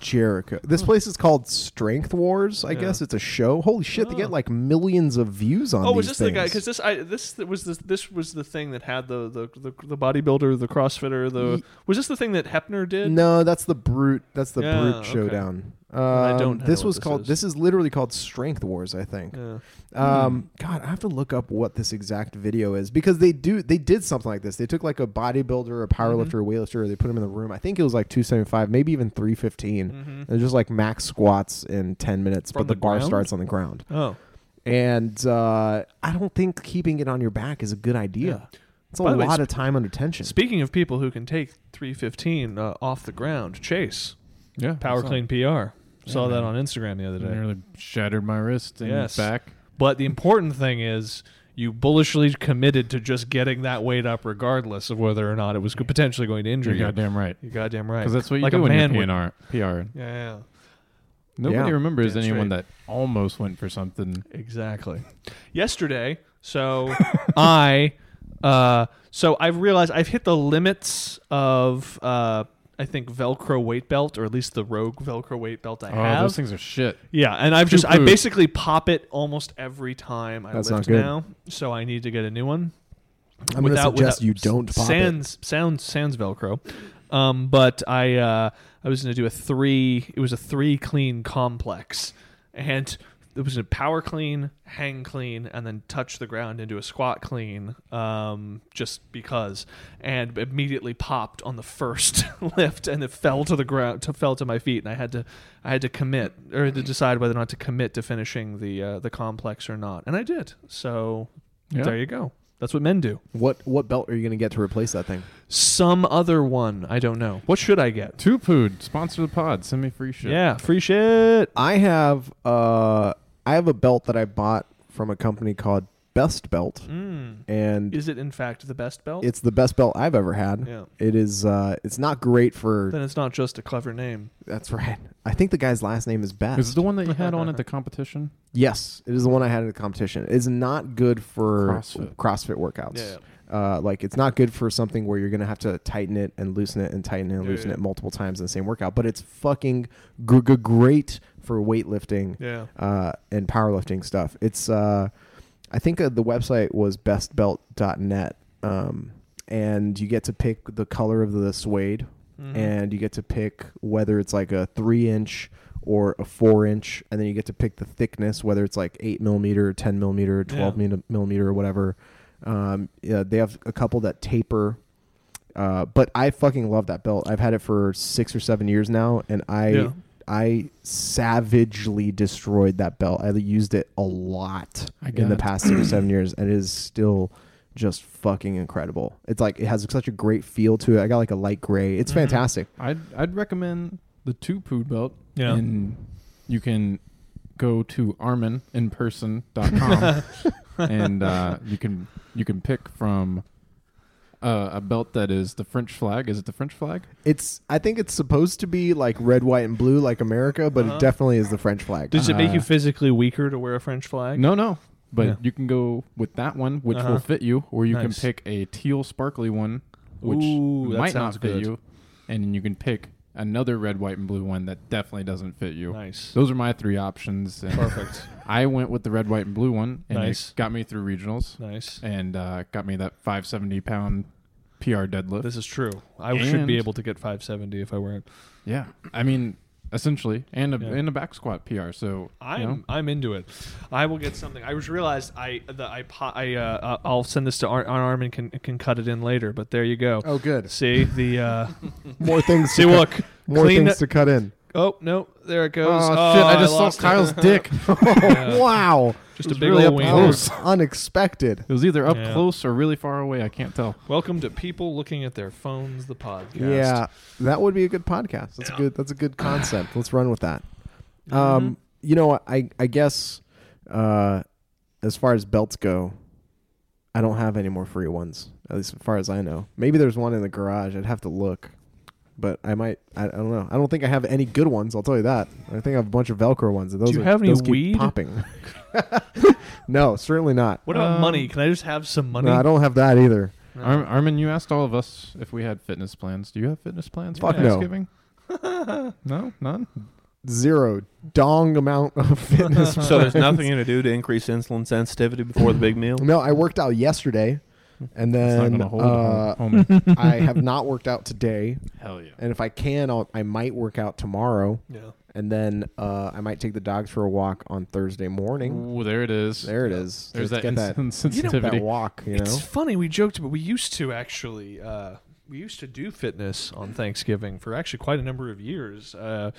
Speaker 1: Jericho. This place is called Strength Wars. I guess it's a show. Holy shit! They get like millions of views on.
Speaker 2: Oh, was
Speaker 1: these
Speaker 2: this the guy?
Speaker 1: things.
Speaker 2: Because this, I this was this this was the thing that had the the the, the bodybuilder, the CrossFitter, the was this the thing that Hepner did?
Speaker 1: No, that's the brute. That's the
Speaker 2: Yeah,
Speaker 1: brute
Speaker 2: okay.
Speaker 1: showdown. Um,
Speaker 2: I don't know
Speaker 1: This
Speaker 2: what
Speaker 1: was
Speaker 2: this
Speaker 1: called.
Speaker 2: is.
Speaker 1: This is literally called Strength Wars. I think.
Speaker 2: Yeah. Hmm.
Speaker 1: Um, God, I have to look up what this exact video is because they do. They did something like this. They took like a bodybuilder, a
Speaker 2: Mm-hmm.
Speaker 1: powerlifter, a weightlifter. They put him in the room. I think it was like two seventy five, maybe even three
Speaker 2: Mm-hmm.
Speaker 1: And they're just like max squats in ten minutes,
Speaker 2: Hmm. From
Speaker 1: but the,
Speaker 2: the
Speaker 1: bar
Speaker 2: ground?
Speaker 1: starts on the ground.
Speaker 2: Oh,
Speaker 1: And uh, I don't think keeping it on your back is a good idea. It's a
Speaker 2: By the way,
Speaker 1: lot of time under tension.
Speaker 2: speaking of people who can take 315 uh, off the ground, Chase
Speaker 4: Yeah,
Speaker 2: Power
Speaker 4: that's
Speaker 2: Clean PR saw that on Instagram the other
Speaker 4: all.
Speaker 2: day.
Speaker 4: I nearly shattered my wrist and
Speaker 2: Yes.
Speaker 4: back.
Speaker 2: But the important thing is you bullishly committed to just getting that weight up, regardless of whether or not it was potentially going to injure
Speaker 4: You're
Speaker 2: you.
Speaker 4: goddamn right.
Speaker 2: You're goddamn right.
Speaker 4: Because that's what you
Speaker 2: like
Speaker 4: do
Speaker 2: a
Speaker 4: when you're
Speaker 2: man would.
Speaker 4: PNR, PR.
Speaker 2: Yeah,
Speaker 4: Nobody
Speaker 1: Yeah.
Speaker 4: remembers
Speaker 2: Damn
Speaker 4: anyone
Speaker 2: straight.
Speaker 4: that almost went for something.
Speaker 2: exactly. Yesterday, so I, uh, so I've realized I've hit the limits of, uh, I think Velcro weight belt, or at least the Rogue Velcro weight belt I
Speaker 4: Oh,
Speaker 2: have.
Speaker 4: those things are shit.
Speaker 2: Yeah, and I've just I
Speaker 4: poos.
Speaker 2: basically pop it almost every time I
Speaker 1: That's
Speaker 2: lift
Speaker 1: not good.
Speaker 2: now, so I need to get a new one.
Speaker 1: I'm going to suggest you don't pop it.
Speaker 2: sans, Sounds sounds Velcro, um, but I uh, I was going to do a three. It was a three clean complex, and it was a power clean, hang clean, and then touch the ground into a squat clean, um, just because. And immediately popped on the first lift, and it fell to the ground, to, fell to my feet, and I had to I had to commit or to decide whether or not to commit to finishing the uh, the complex or not, and I did. So
Speaker 4: Yeah.
Speaker 2: there you go. That's what men do
Speaker 1: What what belt are you going to get to replace that thing?
Speaker 2: some other one. I don't know. What should I get?
Speaker 4: Two Pood, sponsor the pod. Send me free shit.
Speaker 2: Yeah, free shit.
Speaker 1: I have uh I have a belt that I bought from a company called Best Belt, and
Speaker 2: Hmm. Is it in fact the best belt?
Speaker 1: it's the best belt I've ever had.
Speaker 2: Yeah.
Speaker 1: It is. Uh, it's not great for.
Speaker 2: then it's not just a clever name.
Speaker 1: That's right. I think the guy's last name is Best.
Speaker 4: Is it the one that you had on at the competition?
Speaker 1: yes, it is the one I had in the competition. It's not good for
Speaker 4: CrossFit.
Speaker 1: CrossFit workouts.
Speaker 2: Yeah,
Speaker 1: Uh, like it's not good for something where you're gonna have to tighten it and loosen it and tighten it and
Speaker 2: Yeah,
Speaker 1: loosen
Speaker 2: yeah.
Speaker 1: it multiple times in the same workout. But it's fucking g- g- great for weightlifting.
Speaker 2: Yeah.
Speaker 1: uh, and powerlifting stuff. It's uh, I think uh, the website was bestbelt.net, um, and you get to pick the color of the suede,
Speaker 2: Mm-hmm.
Speaker 1: and you get to pick whether it's like a three inch or a four inch, and then you get to pick the thickness, whether it's like eight millimeter, or ten millimeter, or twelve
Speaker 2: Yeah.
Speaker 1: milli- millimeter, or whatever. Um, yeah, they have a couple that taper. Uh, but I fucking love that belt. I've had it for six or seven years now, and I
Speaker 2: Yeah.
Speaker 1: I savagely destroyed that belt. I used it a lot
Speaker 4: I
Speaker 1: in
Speaker 4: got
Speaker 1: the
Speaker 4: it.
Speaker 1: past six or seven years, and it is still just fucking incredible. It's like it has such a great feel to it. I got like a light gray.
Speaker 4: Mm-hmm.
Speaker 1: It's fantastic.
Speaker 4: I'd I'd recommend the two Pood belt.
Speaker 2: Yeah.
Speaker 4: And you can go to armininperson.com and uh, you can you can pick from uh, a belt that is the French flag. Is it the French flag?
Speaker 1: It's I think it's supposed to be like red, white, and blue, like America, but
Speaker 4: Uh-huh.
Speaker 1: it definitely is the French flag.
Speaker 2: Does it make you
Speaker 4: Uh,
Speaker 2: physically weaker to wear a French flag?
Speaker 4: No, no. But
Speaker 2: Yeah.
Speaker 4: you can go with that one, which
Speaker 2: Uh-huh.
Speaker 4: will fit you, or you
Speaker 2: Nice.
Speaker 4: can pick a teal sparkly one, which
Speaker 2: Ooh, that
Speaker 4: might
Speaker 2: sounds
Speaker 4: not fit
Speaker 2: good.
Speaker 4: you, and then you can pick another red, white, and blue one that definitely doesn't fit you.
Speaker 2: Nice.
Speaker 4: Those are my three options. and
Speaker 2: Perfect.
Speaker 4: I went with the red, white, and blue one, and
Speaker 2: Nice.
Speaker 4: it got me through regionals
Speaker 2: nice.
Speaker 4: and uh, got me that 570 pound PR deadlift.
Speaker 2: This is true. I should be
Speaker 4: And-
Speaker 2: able to get 570 if I wear it.
Speaker 4: yeah, I mean, essentially, and a
Speaker 2: Yeah.
Speaker 4: and a back squat PR. So
Speaker 2: I'm
Speaker 4: you know,
Speaker 2: I'm into it. I will get something. I just realized I the I po- I uh, I'll send this to Ar- Arm and can can cut it in later. But there you go.
Speaker 1: Oh, good.
Speaker 2: See the uh,
Speaker 1: More things.
Speaker 2: see
Speaker 1: to cut-
Speaker 2: look
Speaker 1: More
Speaker 2: clean
Speaker 1: things to cut in.
Speaker 2: oh no there it goes.
Speaker 4: Oh, shit! I just saw
Speaker 2: lost it.
Speaker 4: Kyle's dick.
Speaker 1: wow.
Speaker 2: just a
Speaker 4: was
Speaker 2: big
Speaker 4: really
Speaker 2: old
Speaker 4: up
Speaker 2: wiener.
Speaker 4: close.
Speaker 1: Unexpected.
Speaker 4: It was either up
Speaker 2: Yeah.
Speaker 4: close or really far away. I can't tell.
Speaker 2: Welcome to people looking at their phones. The podcast.
Speaker 1: Yeah, that would be a good podcast. That's a good. That's a good concept. Let's run with that.
Speaker 2: Mm-hmm.
Speaker 1: Um, you know, I I guess uh, as far as belts go, I don't have any more free ones. At least as far as I know. Maybe there's one in the garage. I'd have to look, but I might. I, I don't know. I don't think I have any good ones. I'll tell you that. I think I have a bunch of Velcro ones. And those
Speaker 2: you
Speaker 1: are,
Speaker 2: have any
Speaker 1: those keep
Speaker 2: weed?
Speaker 1: popping? no, certainly not.
Speaker 2: What about
Speaker 4: Um,
Speaker 2: money? Can I just have some money?
Speaker 1: No, I don't have that either.
Speaker 4: Ar- Armin, you asked all of us if we had fitness plans. Do you have fitness plans
Speaker 1: Fuck
Speaker 4: for
Speaker 1: no.
Speaker 4: Thanksgiving? No, none.
Speaker 1: Zero dong amount of fitness.
Speaker 3: So there's nothing you're gonna do to increase insulin sensitivity before the big meal.
Speaker 1: No, I worked out yesterday, and
Speaker 4: It's not
Speaker 1: then
Speaker 4: gonna hold,
Speaker 1: uh,
Speaker 4: homie.
Speaker 1: I have not worked out today.
Speaker 4: Hell yeah.
Speaker 1: And if I can, I'll, I might work out tomorrow,
Speaker 2: Yeah.
Speaker 1: and then uh, I might take the dogs for a walk on Thursday morning.
Speaker 4: Ooh, there it is.
Speaker 1: There it is.
Speaker 4: There's
Speaker 1: Just
Speaker 4: that
Speaker 1: get that, get
Speaker 4: insulin
Speaker 1: that
Speaker 4: sensitivity.
Speaker 1: walk. You
Speaker 2: It's
Speaker 1: know,
Speaker 2: funny we joked, but we used to actually uh, we used to do fitness on Thanksgiving for actually quite a number of years. Uh,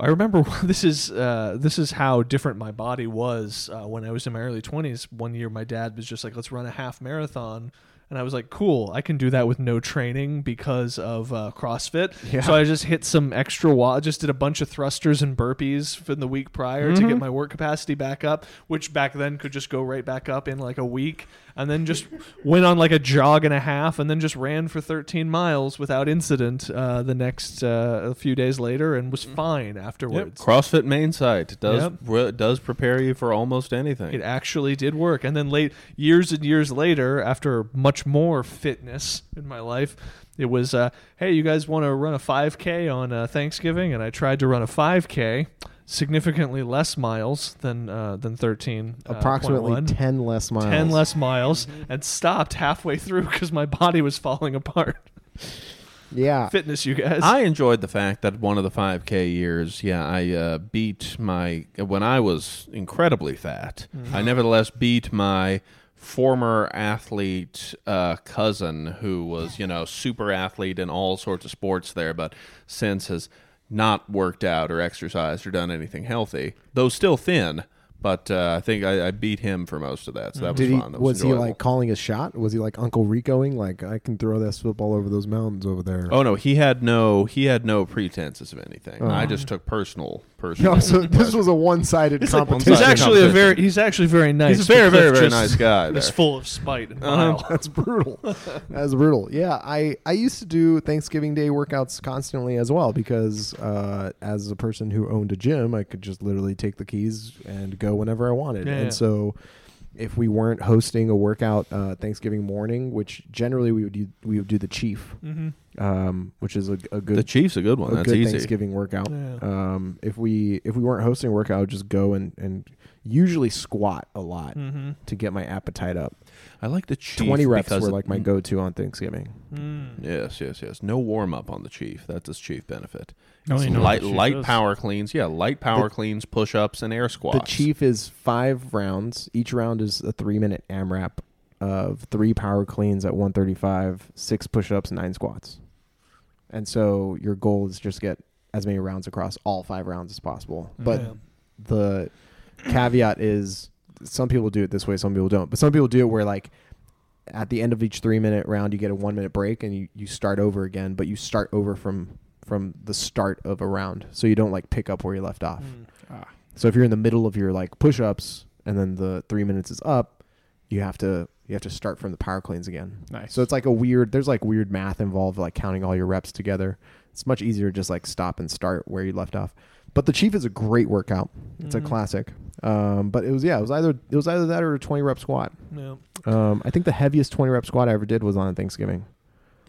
Speaker 2: I remember this is uh, this is how different my body was uh, when I was in my early twenties. One year, my dad was just like, "Let's run a half marathon." And I was like, cool, I can do that with no training because of uh, CrossFit. So I just hit some extra wa I just did a bunch of thrusters and burpees from the week prior to get my work capacity back up, which back then could just go right back up in like a week. And then just went on like a jog and a half and then just ran for 13 miles without incident uh, the next uh, a few days later and was fine afterwards.
Speaker 3: CrossFit main site does
Speaker 2: Yep.
Speaker 3: re- does prepare you for almost
Speaker 2: It
Speaker 3: anything.
Speaker 2: actually did work. And then late years and years later, after much more fitness in my life, it was, uh, hey, you guys want to run a 5K on uh, Thanksgiving? And I tried to run a 5K, significantly less miles than uh, than 13. uh,
Speaker 1: approximately
Speaker 2: 0.1.
Speaker 1: ten less miles.
Speaker 2: 10 less miles and stopped halfway through because my body was falling apart.
Speaker 1: Yeah,
Speaker 2: Fitness, you guys.
Speaker 3: I enjoyed the fact that one of the 5K years, yeah, I uh, beat my when I was incredibly fat. I nevertheless beat my former athlete uh, cousin who was, you know, super athlete in all sorts of sports there, but since has not worked out or exercised or done anything healthy, though still thin. But uh, I think I, I beat him for most of that, so that was
Speaker 1: Did he?
Speaker 3: fun. That
Speaker 1: was he
Speaker 3: enjoyable.
Speaker 1: like calling a shot? Was he like Uncle Ricoing? Like I can throw this football over those mountains over there.
Speaker 3: Oh no, he had no he had no pretenses of anything. I just took personal personal.
Speaker 1: Oh. No, so this was a one-sided competition.
Speaker 2: he's
Speaker 3: Sorry,
Speaker 2: actually a
Speaker 3: competition.
Speaker 2: very he's actually very nice.
Speaker 3: He's a very,
Speaker 2: but
Speaker 3: very, very
Speaker 2: just-
Speaker 3: nice guy. There. Uh-huh.
Speaker 2: He's full of spite and guile.
Speaker 1: That's brutal. That's brutal. Yeah, I I used to do Thanksgiving Day workouts constantly as well because uh, as a person who owned a gym, I could just literally take the keys and go whenever I wanted.
Speaker 2: Yeah,
Speaker 1: and
Speaker 2: yeah.
Speaker 1: so, if we weren't hosting a workout uh, Thanksgiving morning, which generally we would do, we would do the chief,
Speaker 2: Mm-hmm.
Speaker 1: um, which is a, a good
Speaker 3: the Chiefs a good one.
Speaker 1: a
Speaker 3: That's
Speaker 1: good
Speaker 3: easy.
Speaker 1: Thanksgiving workout.
Speaker 2: Yeah.
Speaker 3: Uh,
Speaker 1: Um, if we if we weren't hosting a workout, I would just go and and usually squat a lot
Speaker 3: Hmm.
Speaker 2: Mm-hmm.
Speaker 1: to get my appetite up.
Speaker 3: I like the Chief.
Speaker 1: Twenty reps
Speaker 3: because Mm.
Speaker 1: were
Speaker 3: it-
Speaker 1: like my go-to on Thanksgiving.
Speaker 2: Mm.
Speaker 3: Yes, yes, yes. No warm up on the Chief. That's his chief benefit.
Speaker 4: I only
Speaker 3: It's
Speaker 4: know what
Speaker 3: light
Speaker 4: the Chief
Speaker 3: light
Speaker 4: is.
Speaker 3: power cleans. Yeah, light power cleans, push ups, and air squats.
Speaker 1: The chief is five rounds. Each round is a three-minute AMRAP of three power cleans at 135, six push-ups, nine squats. And so your goal is just get as many rounds across all five rounds as possible. But
Speaker 2: Yeah.
Speaker 1: the caveat is some people do it this way, some people don't. But some people do it where like at the end of each three minute round you get a one minute break and you, you start over again, but you start over from from the start of a round. So you don't like pick up where you left off.
Speaker 2: Mm.
Speaker 4: Ah.
Speaker 1: So if you're in the middle of your like push ups and then the three minutes is up, you have to you have to start from the power cleans again.
Speaker 4: Nice.
Speaker 1: So it's like a weird there's like weird math involved like counting all your reps together. It's much easier to just like stop and start where you left off. But the chief is a great workout. It's a classic. Um, but it was yeah, it was either it was either that or a twenty rep squat.
Speaker 2: No.
Speaker 1: Um, I think the heaviest twenty rep squat I ever did was on Thanksgiving.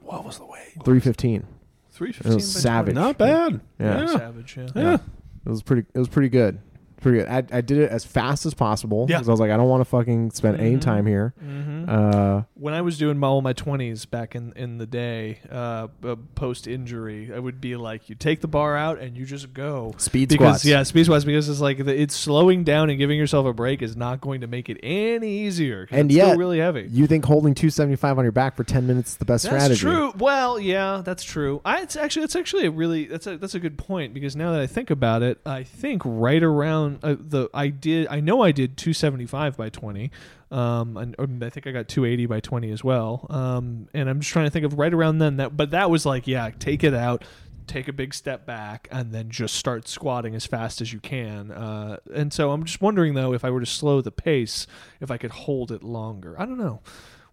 Speaker 3: what was the weight?
Speaker 1: Three fifteen.
Speaker 2: Three
Speaker 1: It
Speaker 2: fifteen.
Speaker 1: was savage.
Speaker 3: Not bad.
Speaker 1: Yeah.
Speaker 2: Savage. Yeah.
Speaker 3: Yeah.
Speaker 1: It was pretty. It was pretty good. Pretty good. I, I did it as fast as possible.
Speaker 2: Yeah.
Speaker 1: 'cause I was like, I don't want to fucking spend any
Speaker 2: Mhm.
Speaker 1: time here.
Speaker 2: hmm
Speaker 1: Uh,
Speaker 2: when I was doing my all my twenties back in in the day, uh, post injury, I would be like, you take the bar out and you just go
Speaker 1: speed
Speaker 2: because
Speaker 1: squats.
Speaker 2: yeah, speed squats because it's like the, it's slowing down and giving yourself a break is not going to make it any easier. 'cause
Speaker 1: And
Speaker 2: it's still
Speaker 1: yet,
Speaker 2: really heavy.
Speaker 1: You think holding 275 on your back for 10 minutes is the best
Speaker 2: that's
Speaker 1: strategy?
Speaker 2: true. Well, yeah, that's true. I, it's actually that's actually a really that's a that's a good point because now that I think about it, I think right around uh, the I did I know I did 275 by 20, um, and, um, I think I got 280 by 20 as well. Um, and I'm just trying to think of right around then that, but that was like yeah, take it out. Take a big step back and then just start squatting as fast as you can. Uh, and so I'm just wondering though, if I were to slow the pace, if I could hold it longer. I don't know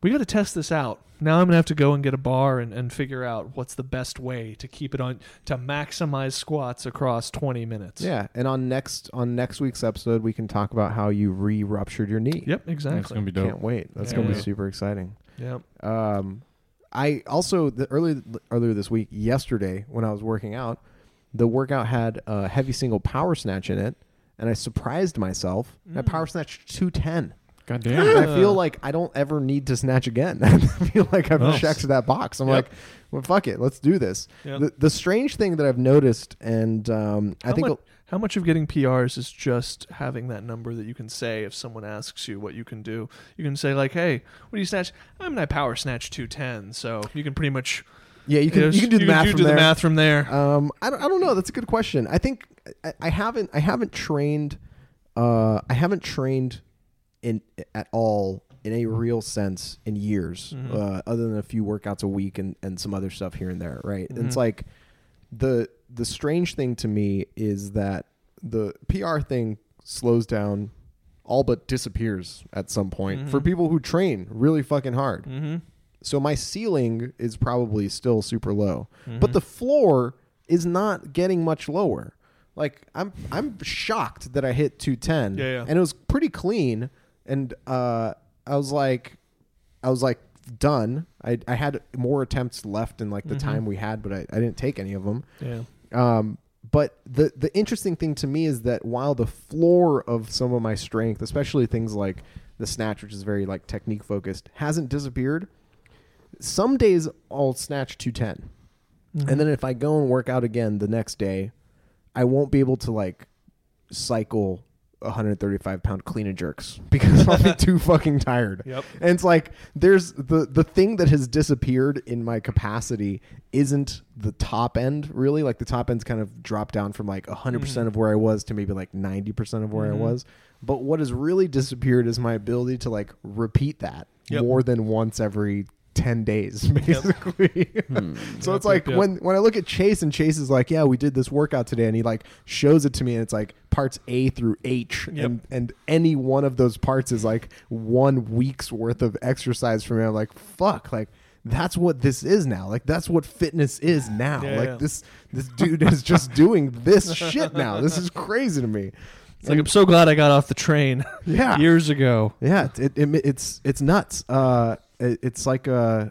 Speaker 2: we got to test this out. Now I'm gonna have to go and get a bar and, and figure out what's the best way to keep it on to maximize squats across 20 minutes.
Speaker 1: Yeah. And on next on next week's episode, we can talk about how you re-ruptured your knee.
Speaker 2: Yep.
Speaker 4: That's
Speaker 2: Exactly.
Speaker 4: gonna be dope.
Speaker 1: Can't wait. That's
Speaker 2: Yeah.
Speaker 1: gonna be
Speaker 4: Yeah.
Speaker 1: super exciting.
Speaker 2: Yep.
Speaker 1: Um, I also the earlier earlier this week, yesterday when I was working out, the workout had a heavy single power snatch in it, and I surprised myself. I
Speaker 2: Mm.
Speaker 1: power snatched 210.
Speaker 4: God
Speaker 1: And
Speaker 4: damn.
Speaker 1: I feel like I don't ever need to snatch again. I feel like I've
Speaker 2: Nice.
Speaker 1: checked that box. I'm
Speaker 2: Yep.
Speaker 1: like, well, fuck it, let's do this.
Speaker 2: Yep.
Speaker 1: The, the strange thing that I've noticed, and um, I
Speaker 2: How
Speaker 1: think
Speaker 2: much, how much of getting PRs is just having that number that you can say if someone asks you what you can do? You can say like, "Hey, what do you snatch?" I'm an I power snatch two ten, so you can pretty much
Speaker 1: yeah, you can you can do the math from there.
Speaker 2: math from there.
Speaker 1: Um, I don't, I don't know. That's a good question. I think I, I haven't I haven't trained uh, I haven't trained in at all in a real sense in years, uh, other than a few workouts a week and, and some other stuff here and there. Right? And it's like the the strange thing to me is that the PR thing slows down all but disappears at some point for people who train really fucking hard.
Speaker 2: Mm-hmm.
Speaker 1: So my ceiling is probably still super low,
Speaker 2: Mm-hmm.
Speaker 1: but the floor is not getting much lower. Like I'm, I'm shocked that I hit 210,
Speaker 2: Yeah, yeah.
Speaker 1: and it was pretty clean. And uh, I was like, I was like done. I, I had more attempts left in like the
Speaker 2: Mm-hmm.
Speaker 1: time we had, but I, I didn't take any of them.
Speaker 2: yeah.
Speaker 1: Um, but the the interesting thing to me is that while the floor of some of my strength, especially things like the snatch, which is very like technique focused, hasn't disappeared. Some days I'll snatch two and then if I go and work out again the next day, I won't be able to like cycle 135 pound clean and jerks because I'll be too fucking tired.
Speaker 2: Mm-hmm. Yep.
Speaker 1: And it's like there's the the thing that has disappeared in my capacity isn't the top end really. Like the top end's kind of dropped down from like 100% percent of where I was to maybe like 90% of where I was. But what has really disappeared is my ability to like repeat that
Speaker 2: Yep.
Speaker 1: more than once every 10 days basically.
Speaker 3: Hmm.
Speaker 1: so it's like
Speaker 4: yep.
Speaker 1: when when I look at Chase and Chase is like, "Yeah, we did this workout today," and he like shows it to me, and it's like parts A through H, and and any one of those parts is like one week's worth of exercise for me. I'm like, "Fuck!" Like that's what this is now. Like that's what fitness is now.
Speaker 2: Yeah,
Speaker 1: like
Speaker 2: yeah.
Speaker 1: this this dude is just doing this shit now. This is crazy to me.
Speaker 2: It's like I'm so glad I got off the train
Speaker 1: Yeah.
Speaker 2: years ago.
Speaker 1: Yeah, it, it, it- it's it's nuts. Uh, it, it's like uh,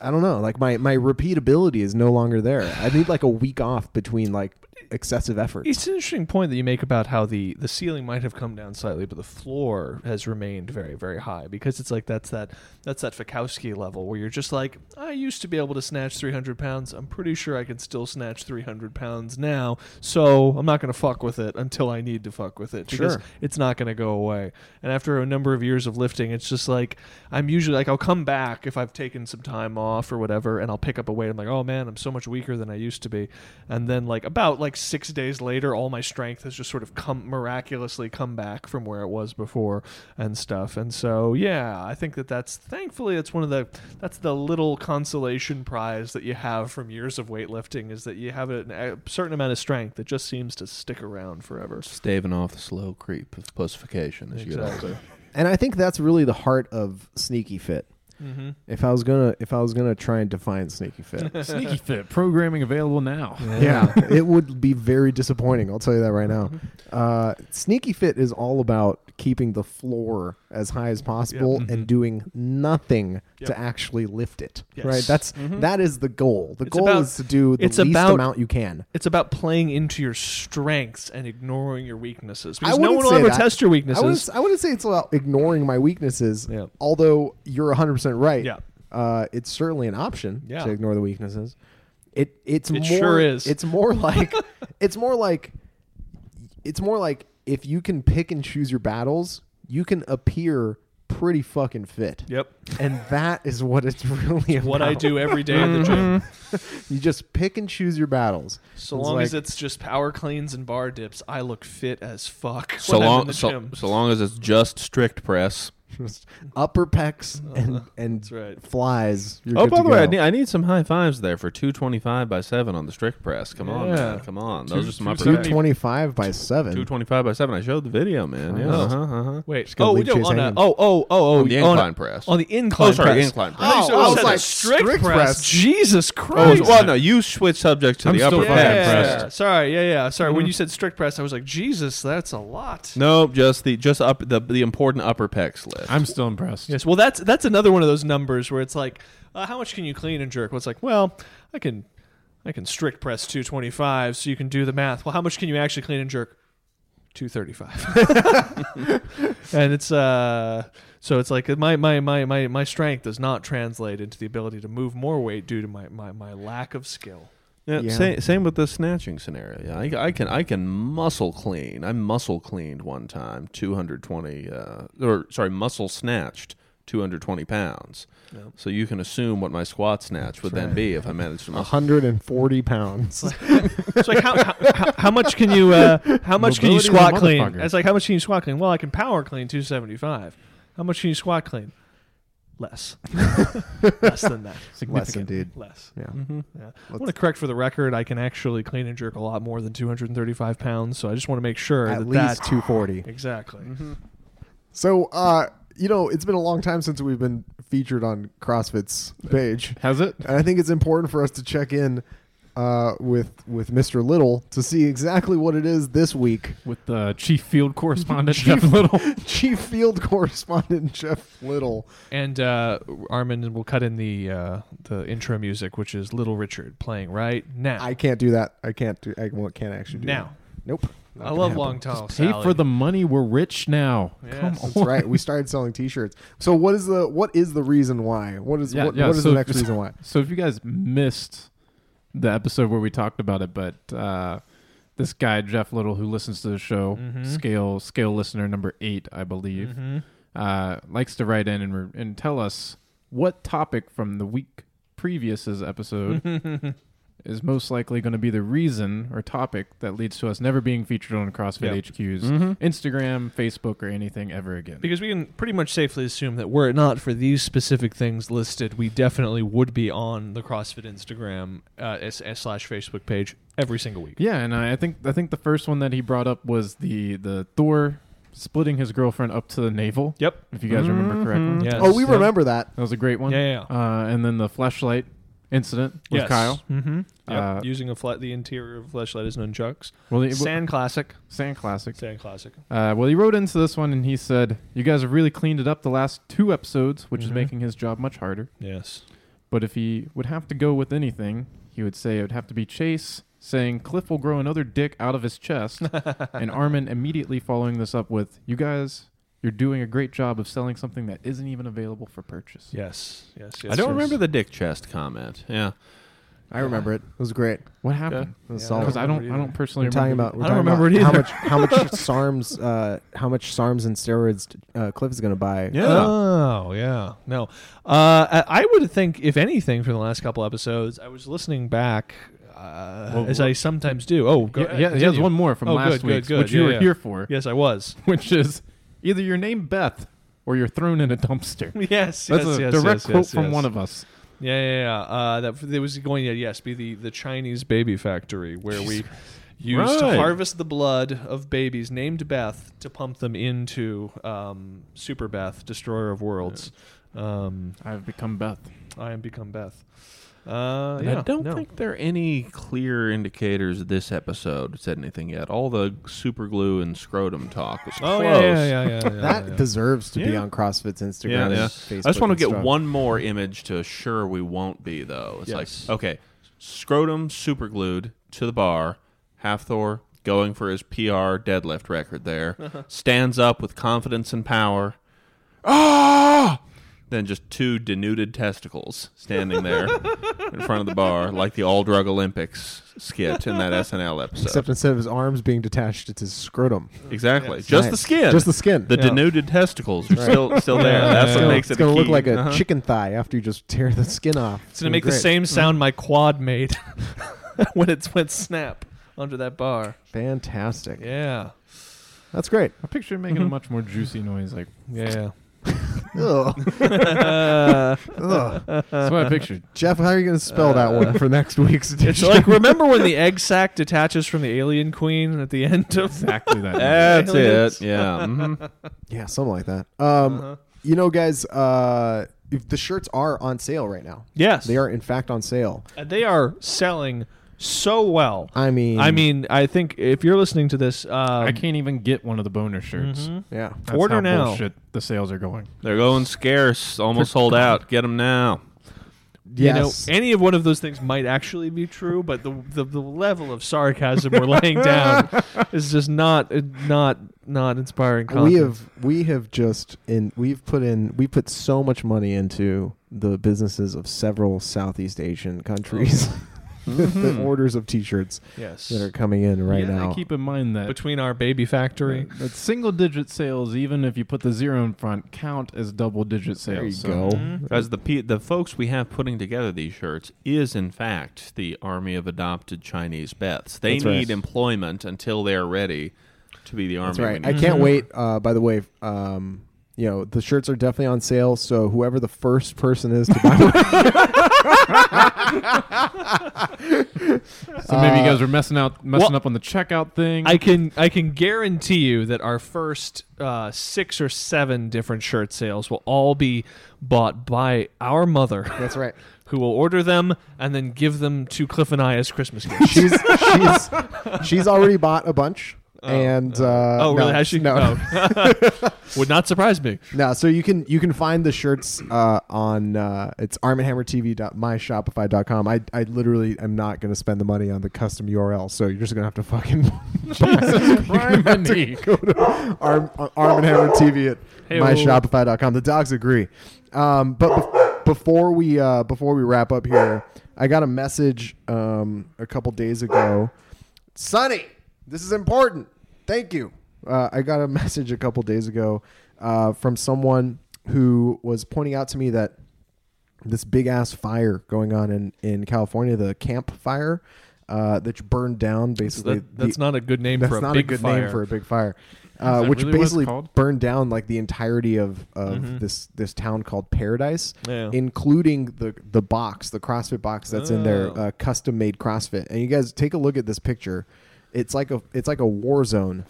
Speaker 1: I don't know. Like my my repeatability is no longer there. I need like a week off between like excessive effort.
Speaker 2: It's an interesting point that you make about how the the ceiling might have come down slightly, but the floor has remained very very high because it's like that's that that's that Fakowski level where you're just like I used to be able to snatch 300 pounds. I'm pretty sure I can still snatch 300 pounds now, so I'm not going to fuck with it until I need to fuck with it because
Speaker 1: Sure.
Speaker 2: it's not going to go away. And after a number of years of lifting, it's just like I'm usually like I'll come back if I've taken some time off or whatever, and I'll pick up a weight. I'm like, oh man, I'm so much weaker than I used to be. And then like about like six days later, all my strength has just sort of come miraculously come back from where it was before and stuff. And so yeah, I think that that's thankfully that's one of the that's the little consolation prize that you have from years of weightlifting is that you have a, a certain amount of strength that just seems to stick around forever.
Speaker 3: Staving off the slow creep of pussification, as you
Speaker 2: Exactly.
Speaker 3: would say.
Speaker 1: And I think that's really the heart of sneaky fit.
Speaker 2: Mm-hmm.
Speaker 1: If I was gonna if I was gonna try and define sneaky fit,
Speaker 4: Sneaky fit programming available now.
Speaker 1: yeah, it would be very disappointing. I'll tell you that right now.
Speaker 2: Mm-hmm.
Speaker 1: Uh, sneaky fit is all about keeping the floor as high as possible and doing nothing
Speaker 2: Yep.
Speaker 1: to actually lift it.
Speaker 2: Yes. Mm-hmm.
Speaker 1: Right. That's that is the goal. The
Speaker 2: It's
Speaker 1: goal
Speaker 2: about-
Speaker 1: is to do the
Speaker 2: it's
Speaker 1: least
Speaker 2: about-
Speaker 1: amount you can.
Speaker 2: It's about playing into your strengths and ignoring your weaknesses.
Speaker 1: I
Speaker 2: Because no
Speaker 1: wouldn't
Speaker 2: one will
Speaker 1: say
Speaker 2: ever
Speaker 1: that.
Speaker 2: test
Speaker 1: I
Speaker 2: your
Speaker 1: wouldn't,
Speaker 2: weaknesses.
Speaker 1: s- I wouldn't say it's about ignoring my weaknesses.
Speaker 2: Yeah.
Speaker 1: Although you're 100 percent right.
Speaker 2: Yeah.
Speaker 1: Uh, it's certainly an option
Speaker 2: Yeah.
Speaker 1: to ignore the weaknesses. It it's more,
Speaker 2: sure is.
Speaker 1: It's more like it's more like it's more like if you can pick and choose your battles, you can appear pretty fucking fit.
Speaker 2: Yep.
Speaker 1: And that is what it's really about.
Speaker 2: What I do every day
Speaker 1: Mm-hmm.
Speaker 2: in the gym.
Speaker 1: You just pick and choose your battles.
Speaker 2: So
Speaker 1: It's
Speaker 2: long as
Speaker 1: like-
Speaker 2: it's just power cleans and bar dips, I look fit as fuck when
Speaker 3: So
Speaker 2: I'm in
Speaker 3: long,
Speaker 2: the
Speaker 3: so,
Speaker 2: gym.
Speaker 3: so long as it's just strict press.
Speaker 1: just upper pecs and and
Speaker 2: That's right.
Speaker 1: flies. You're
Speaker 3: Oh,
Speaker 1: good
Speaker 3: by
Speaker 1: to
Speaker 3: the way, I
Speaker 1: go.
Speaker 3: need, I need some high fives there for two twenty five by seven on the strict press. Come on,
Speaker 2: Yeah.
Speaker 3: man. come on. Those
Speaker 4: Two-
Speaker 3: are some upper
Speaker 4: two
Speaker 3: two
Speaker 4: twenty-
Speaker 1: 25 by 7.
Speaker 3: twenty five by seven. I showed the video, man. Yeah.
Speaker 1: Oh.
Speaker 3: Uh-huh, uh-huh.
Speaker 2: Wait.
Speaker 1: gonna
Speaker 2: Oh, we
Speaker 1: leave
Speaker 2: do
Speaker 1: Chase
Speaker 2: on a.
Speaker 1: hanging.
Speaker 2: Oh, oh, oh, oh.
Speaker 3: On the
Speaker 2: on a-
Speaker 3: incline press.
Speaker 2: On the incline
Speaker 3: oh, sorry,
Speaker 2: press.
Speaker 3: incline press.
Speaker 1: Oh,
Speaker 2: I,
Speaker 1: I was
Speaker 2: was
Speaker 1: like,
Speaker 2: like strict,
Speaker 1: strict
Speaker 2: press.
Speaker 1: press.
Speaker 2: Jesus
Speaker 3: Oh,
Speaker 2: Christ.
Speaker 3: so- well, no, you switch subject to
Speaker 4: I'm
Speaker 3: the
Speaker 4: still
Speaker 3: upper
Speaker 4: fucking
Speaker 3: back
Speaker 4: Yeah.
Speaker 3: press.
Speaker 2: yeah. Sorry. Yeah, yeah. Sorry. When you said strict press, I was like, Jesus, that's a lot.
Speaker 3: No, just the just up the the important upper pecs lift.
Speaker 4: I'm still impressed.
Speaker 2: Yes. Well, that's that's another one of those numbers where it's like, uh, how much can you clean and jerk? Well, it's like, well, I can, I I can strict press 225, so you can do the math. Well, how much can you actually clean and jerk? 235. and it's uh so it's like my my my my my strength does not translate into the ability to move more weight due to my my, my lack of skill.
Speaker 3: Yeah,
Speaker 1: Yeah.
Speaker 3: Same, same with the snatching scenario. I, I can I can muscle clean. I muscle cleaned one time, two hundred twenty, uh, or sorry, muscle snatched two hundred twenty pounds.
Speaker 2: Yep.
Speaker 3: So you can assume what my squat snatch would then be if I managed to muscle.
Speaker 1: 140 pounds.
Speaker 2: It's like how, how, how- how much can you uh, how much can you
Speaker 4: Mobility's a
Speaker 2: squat clean?
Speaker 4: motherfucker.
Speaker 2: It's like how much can you squat clean? Well, I can power clean 275. How much can you squat clean? Less. Less than that.
Speaker 1: Less
Speaker 4: Significant.
Speaker 1: indeed.
Speaker 2: Less.
Speaker 1: Yeah.
Speaker 3: Mm-hmm.
Speaker 2: Yeah. I want to correct for the record, I can actually clean and jerk a lot more than 235 pounds, so I just want to make sure
Speaker 1: At
Speaker 2: that
Speaker 1: least
Speaker 2: that
Speaker 1: 240.
Speaker 2: exactly.
Speaker 3: Mm-hmm.
Speaker 1: So, uh, you know, it's been a long time since we've been featured on CrossFit's page.
Speaker 4: Has it?
Speaker 1: And I think it's important for us to check in uh, with with Mr. Little to see exactly what it is this week.
Speaker 4: With the chief field correspondent Jeff Little.
Speaker 1: Chief Field Correspondent Jeff Little.
Speaker 2: And uh, Armin will cut in the uh, the intro music, which is Little Richard playing right now.
Speaker 1: I can't do that. I can't do. I won't- can't actually do
Speaker 2: now,
Speaker 1: that. Nope. Not
Speaker 2: I
Speaker 1: gonna
Speaker 2: love
Speaker 1: happen.
Speaker 2: Long Tall
Speaker 4: Pay
Speaker 2: Sally.
Speaker 4: for the money. We're rich now.
Speaker 2: Yes.
Speaker 4: Come on.
Speaker 1: That's right. We started selling T-shirts. So what is the what is the reason why? What is
Speaker 4: Yeah,
Speaker 1: what,
Speaker 4: yeah,
Speaker 1: what is
Speaker 4: so-
Speaker 1: the next reason why?
Speaker 4: So if you guys missed the episode where we talked about it, but uh, this guy Jeff Little, who listens to the show,
Speaker 2: Mm-hmm.
Speaker 4: scale scale listener number eight, I believe,
Speaker 2: Mm-hmm.
Speaker 4: uh, likes to write in and re- and tell us what topic from the week previous's episode
Speaker 2: Mm-hmm.
Speaker 4: is most likely going to be the reason or topic that leads to us never being featured on CrossFit
Speaker 2: Yep.
Speaker 4: HQ's Instagram, Facebook, or anything ever again.
Speaker 2: Because we can pretty much safely assume that were it not for these specific things listed, we definitely would be on the CrossFit Instagram uh, s- s- slash Facebook page every single week.
Speaker 4: Yeah, and I I think I think the first one that he brought up was the the Thor splitting his girlfriend up to the navel.
Speaker 2: Yep.
Speaker 4: If you guys remember correctly.
Speaker 2: Mm-hmm. Yes.
Speaker 1: Oh, we
Speaker 2: Yep.
Speaker 1: remember that.
Speaker 4: That was a great one.
Speaker 2: Yeah, yeah,
Speaker 4: Uh, and then the flashlight incident with
Speaker 2: Yes.
Speaker 4: Kyle.
Speaker 2: Mm-hmm. Yep.
Speaker 4: Uh,
Speaker 2: Using a flat, the interior of fleshlight as nunchucks.
Speaker 4: Well, he,
Speaker 2: Sand classic.
Speaker 4: sand classic.
Speaker 2: Sand classic.
Speaker 4: Uh, well, he wrote into this one and he said, "You guys have really cleaned it up the last two episodes, which is
Speaker 2: Mhm.
Speaker 4: making his job much harder.
Speaker 2: Yes.
Speaker 4: But if he would have to go with anything, he would say it would have to be Chase." Saying Cliff will grow another dick out of his chest, and Armin immediately following this up with, "You guys, you're doing a great job of selling something that isn't even available for purchase."
Speaker 2: Yes. Yes. yes
Speaker 3: I
Speaker 2: yes.
Speaker 3: don't remember the dick chest comment. Yeah,
Speaker 1: I remember it. It was great.
Speaker 4: What happened?
Speaker 1: It was
Speaker 2: Yeah,
Speaker 1: solid.
Speaker 4: Because I don't, I
Speaker 2: remember
Speaker 4: don't
Speaker 2: either.
Speaker 4: personally
Speaker 1: We're talking
Speaker 4: remember.
Speaker 1: about. We're
Speaker 2: I don't
Speaker 1: talking
Speaker 2: remember it
Speaker 1: about
Speaker 2: either.
Speaker 1: How much? How much SARMs? Uh, how much SARMs and steroids uh, Cliff is going to buy?
Speaker 3: Yeah.
Speaker 2: Oh yeah, no. Uh, I I would think, if anything, from the last couple episodes, I was listening back, uh,
Speaker 4: Well,
Speaker 2: as
Speaker 4: well-
Speaker 2: I sometimes do. Oh, go
Speaker 4: Yeah,
Speaker 2: ahead,
Speaker 4: yeah, yeah, there's
Speaker 2: continue.
Speaker 4: one more from
Speaker 2: Oh, good,
Speaker 4: last week,
Speaker 2: good, good.
Speaker 4: which you
Speaker 2: Yeah,
Speaker 4: were
Speaker 2: yeah.
Speaker 4: here for,
Speaker 2: Yes, I was.
Speaker 4: which is either your name Beth or you're thrown in a dumpster.
Speaker 2: Yes,
Speaker 4: That's
Speaker 2: yes,
Speaker 4: a
Speaker 2: yes,
Speaker 4: direct
Speaker 2: yes,
Speaker 4: quote
Speaker 2: yes,
Speaker 4: from
Speaker 2: yes.
Speaker 4: one of us.
Speaker 2: Yeah, yeah, yeah. Uh, that there was going to yes be the the Chinese baby factory where we used to
Speaker 3: Right.
Speaker 2: harvest the blood of babies named Beth to pump them into um, Super Beth, Destroyer of Worlds. Um,
Speaker 4: I've become Beth.
Speaker 2: I am become Beth. Uh,
Speaker 3: And
Speaker 2: yeah,
Speaker 3: I don't
Speaker 2: no.
Speaker 3: think there are any clear indicators this episode said anything yet. All the super glue and scrotum talk was
Speaker 2: Oh
Speaker 3: close.
Speaker 2: yeah, yeah, yeah, yeah, yeah,
Speaker 1: That
Speaker 2: yeah.
Speaker 1: deserves to be
Speaker 3: Yeah.
Speaker 1: on CrossFit's Instagram.
Speaker 3: Yeah,
Speaker 1: and
Speaker 3: yeah.
Speaker 1: Facebook
Speaker 3: I just want to
Speaker 1: and
Speaker 3: get
Speaker 1: stuff.
Speaker 3: one more image to assure we won't be though. It's
Speaker 2: Yes.
Speaker 3: like okay, scrotum super glued to the bar. Half Thor going for his PR deadlift record there. Stands up with confidence and power. Ah! Then just two denuded testicles standing there in front of the bar, like the All Drug Olympics skit in that SNL episode.
Speaker 1: Except instead of his arms being detached, it's his scrotum.
Speaker 3: exactly, just
Speaker 1: Right.
Speaker 3: the skin,
Speaker 1: Just the skin.
Speaker 3: The denuded testicles are still still there. That's
Speaker 1: it's
Speaker 3: what
Speaker 1: gonna,
Speaker 3: makes
Speaker 1: it's
Speaker 3: it
Speaker 1: gonna look
Speaker 3: key.
Speaker 1: like a
Speaker 3: Uh-huh.
Speaker 1: chicken thigh after you just tear the skin off.
Speaker 2: It's gonna make the same sound my quad made when it went snap under that bar.
Speaker 1: Fantastic.
Speaker 2: Yeah,
Speaker 1: That's great.
Speaker 4: I picture him making a much more juicy noise. Like
Speaker 2: yeah.
Speaker 1: Ugh. Ugh.
Speaker 4: that's what I pictured.
Speaker 1: Jeff, how are you gonna spell that
Speaker 3: Uh.
Speaker 1: one for next week's
Speaker 2: It's
Speaker 1: edition?
Speaker 2: like remember when the egg sac detaches from the alien queen at the end of
Speaker 4: Exactly that.
Speaker 3: That's
Speaker 2: Aliens.
Speaker 3: it. Yeah. mhm.
Speaker 1: yeah, something like that. Um, you know, guys, uh, if the shirts are on sale right now.
Speaker 2: yes
Speaker 1: They are in fact on sale.
Speaker 2: Uh, they are selling so well.
Speaker 1: I mean,
Speaker 2: I mean, I think if you're listening to this, um, mm-hmm.
Speaker 4: I can't even get one of the boner shirts.
Speaker 1: yeah.
Speaker 4: That's
Speaker 2: Order
Speaker 4: how
Speaker 2: now.
Speaker 4: Bullshit the sales are going.
Speaker 3: They're going scarce. Almost sold out. Get them now.
Speaker 1: Yes.
Speaker 2: You know, any of one of those things might actually be true, but the the, the level of sarcasm we're laying down is just not uh, not not inspiring. Content.
Speaker 1: we have we have just in we've put in we put so much money into the businesses of several Southeast Asian countries. the orders of T-shirts
Speaker 2: yes
Speaker 1: that are coming in right
Speaker 4: yeah,
Speaker 1: now.
Speaker 4: Keep in mind that
Speaker 2: between our baby factory.
Speaker 4: But single digit sales, even if you put the zero in front, count as double digit sales.
Speaker 1: there you
Speaker 4: So-
Speaker 1: go.
Speaker 3: Because the pe- the folks we have putting together these shirts is in fact the army of adopted Chinese Beths. They
Speaker 1: That's right.
Speaker 3: need employment until they are ready to be the army.
Speaker 1: That's
Speaker 3: we
Speaker 1: right.
Speaker 3: need.
Speaker 1: I can't wait. Uh, by the way, um, you know the shirts are definitely on sale. So whoever the first person is to buy one,
Speaker 4: So maybe you guys were messing out, messing
Speaker 2: well,
Speaker 4: up on the checkout thing.
Speaker 2: I can I can guarantee you that our first uh, six or seven different shirt sales will all be bought by our mother,
Speaker 1: that's right.
Speaker 2: who will order them and then give them to Cliff and I as Christmas gifts.
Speaker 1: She's she's she's already bought a bunch. and uh,
Speaker 2: oh,
Speaker 1: no,
Speaker 2: really? Has she?
Speaker 1: No,
Speaker 2: oh. Would not surprise me.
Speaker 1: No, so you can you can find the shirts uh, on uh, it's armandhammertv.myshopify.com. I I literally am not going to spend the money on the custom URL, so you're just going to have to fucking
Speaker 4: Criminy.
Speaker 1: go to Arm Arm and Hammer TV at
Speaker 2: Hey-o.
Speaker 1: myshopify.com. The dogs agree. Um, but bef- before we uh, before we wrap up here, I got a message um, a couple days ago. Sonny, this is important. Thank you. Uh, I got a message a couple days ago uh, from someone who was pointing out to me that this big ass fire going on in, in California, the camp fire uh, that burned down basically.
Speaker 2: That, that's
Speaker 1: the-
Speaker 2: not a good name
Speaker 1: that's
Speaker 2: for a
Speaker 1: not
Speaker 2: big
Speaker 1: a good
Speaker 2: fire.
Speaker 1: name for a big fire, uh,
Speaker 4: that
Speaker 1: which
Speaker 4: really what it's
Speaker 1: basically
Speaker 4: called? Mm-hmm.
Speaker 1: burned down like the entirety of, of this this town called Paradise,
Speaker 2: Yeah.
Speaker 1: including the the box, the CrossFit box that's in there,
Speaker 4: Oh.
Speaker 1: uh, custom made CrossFit. And you guys take a look at this picture. It's like a it's like a war zone.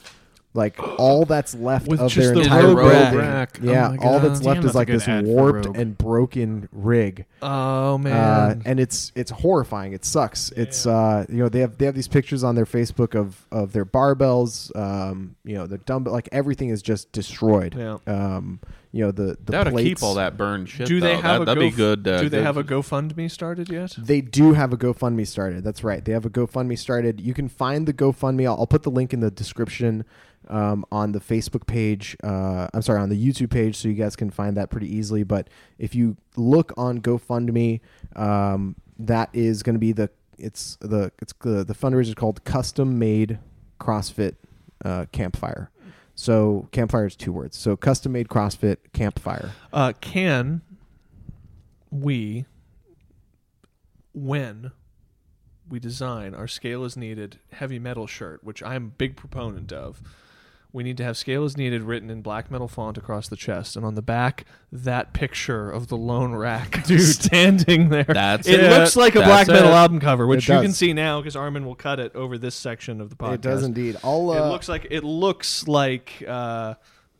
Speaker 1: Like all that's left
Speaker 2: With
Speaker 1: of
Speaker 2: just
Speaker 1: their
Speaker 2: the
Speaker 1: entire
Speaker 2: rogue
Speaker 1: building.
Speaker 4: rack. Oh
Speaker 1: Yeah,
Speaker 4: my
Speaker 1: all
Speaker 4: God.
Speaker 1: that's
Speaker 4: Damn,
Speaker 1: left
Speaker 4: that's
Speaker 1: is
Speaker 4: a
Speaker 1: like
Speaker 4: good
Speaker 1: this
Speaker 4: ad for
Speaker 1: warped
Speaker 4: Rogue.
Speaker 1: and broken rig
Speaker 2: Oh
Speaker 1: uh,
Speaker 2: man.
Speaker 1: and it's it's horrifying. It sucks. It's uh, you know they have they have these pictures on their Facebook of of their barbells, um, you know their dumbbell, like everything is just destroyed.
Speaker 2: Yeah.
Speaker 1: Um, you know the the
Speaker 3: That ought to
Speaker 1: plates-
Speaker 3: keep all that burned shit.
Speaker 2: do they
Speaker 3: though.
Speaker 2: have
Speaker 3: that,
Speaker 2: a
Speaker 3: that'd
Speaker 2: Go,
Speaker 3: be good? Uh,
Speaker 2: Do they
Speaker 3: good-
Speaker 2: have a GoFundMe started yet?
Speaker 1: They do have a GoFundMe started. That's right. They have a GoFundMe started. You can find the GoFundMe. I'll, I'll put the link in the description um, on the Facebook page. Uh, I'm sorry, on the YouTube page, so you guys can find that pretty easily. But if you look on GoFundMe, um, that is going to be the it's the it's the the fundraiser is called Custom Made CrossFit uh, Campfire. So campfire is two words. So custom made CrossFit campfire.
Speaker 2: Uh, can we, when we design our scale is needed heavy metal shirt, which I'm a big proponent of, we need to have scale is needed written in black metal font across the chest, and on the back, that picture of the lone rack standing there.
Speaker 3: That's
Speaker 2: it,
Speaker 3: it.
Speaker 2: looks like a black
Speaker 3: That's
Speaker 2: metal
Speaker 3: it.
Speaker 2: album cover, which
Speaker 1: It
Speaker 2: you can
Speaker 1: does.
Speaker 2: see now because Armin will cut it over this section of the podcast.
Speaker 1: It does indeed. uh, All
Speaker 2: It looks like it looks like uh,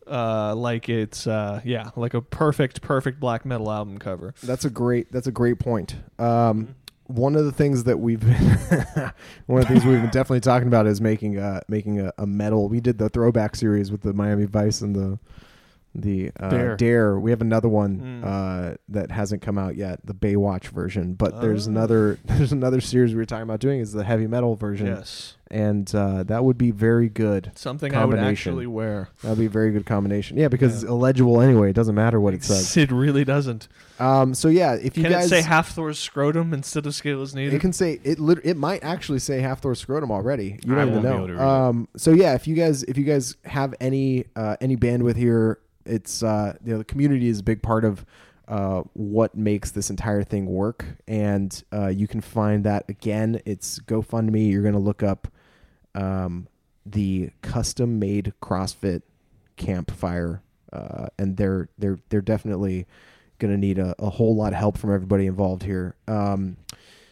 Speaker 2: uh, like it's uh, yeah, like a perfect perfect black metal album cover.
Speaker 1: That's a great. That's a great point. Um, one of the things that we've one of the things we've been definitely talking about is making a making a, a metal. We did the throwback series with the Miami Vice and the the uh,
Speaker 4: Dare.
Speaker 1: Dare. We have another
Speaker 2: Hmm.
Speaker 1: one uh, that hasn't come out yet, the Baywatch version. But there's
Speaker 2: Oh.
Speaker 1: another there's another series we were talking about doing is the heavy metal version,
Speaker 2: Yes,
Speaker 1: and uh, that would be very good.
Speaker 2: something I would
Speaker 1: Combination.
Speaker 2: actually wear.
Speaker 1: That would be a very good combination. Yeah, because it's illegible anyway. It doesn't matter what it says.
Speaker 2: It really doesn't.
Speaker 1: Um, so yeah, if you
Speaker 2: Can
Speaker 1: guys
Speaker 2: it say half Thor's scrotum instead of scale is needed?
Speaker 1: It can say it. Lit- it might actually say half Thor scrotum already. You
Speaker 4: I
Speaker 1: don't even
Speaker 4: won't be able to
Speaker 1: know.
Speaker 4: read it.
Speaker 1: Um, so yeah, if you guys if you guys have any uh, any bandwidth here, it's uh, you know the community is a big part of uh, what makes this entire thing work, and uh, you can find that again. It's GoFundMe. You're gonna look up um, the custom made CrossFit campfire, uh, and they're they're they're definitely gonna need a, a whole lot of help from everybody involved here. Um,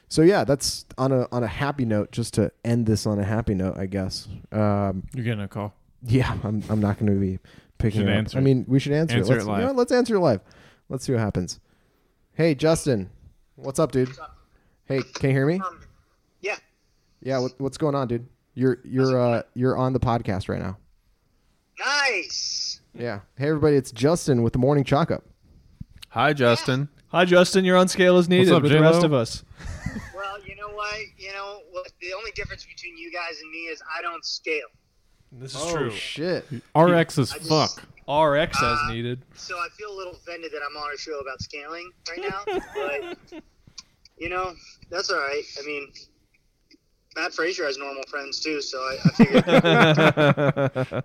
Speaker 1: so yeah, that's on a on a happy note. Just to end this on a happy note, I guess. Um,
Speaker 4: You're getting a call.
Speaker 1: yeah, I'm I'm not going to be picking
Speaker 4: Should
Speaker 1: it up.
Speaker 4: answer
Speaker 1: I
Speaker 4: it.
Speaker 1: mean, we should answer,
Speaker 4: Answer
Speaker 1: it. Let's,
Speaker 4: it
Speaker 1: you
Speaker 4: live.
Speaker 1: know what, let's answer it live. Let's see what happens. Hey, Justin, what's up, dude? Hey, can you hear me?
Speaker 5: Um, yeah.
Speaker 1: Yeah, what, what's going on, dude? You're you're uh you're on the podcast right now.
Speaker 5: Nice.
Speaker 1: Yeah. Hey, everybody, it's Justin with the Morning Chalk Up.
Speaker 3: Hi, Justin.
Speaker 2: Hi, Justin. You're on scale as needed
Speaker 4: up,
Speaker 2: with the
Speaker 4: J-Lo?
Speaker 2: rest of us.
Speaker 5: Well, you know what? You know what? The only difference between you guys and me is I don't scale,
Speaker 2: This is true.
Speaker 1: Shit.
Speaker 4: RX is
Speaker 5: I just-
Speaker 4: fuck.
Speaker 2: RX as needed.
Speaker 5: so I feel a little offended that I'm on a show about scaling right now. but you know, that's all right. I mean, Matt Frazier has normal friends too, so I, I figured. all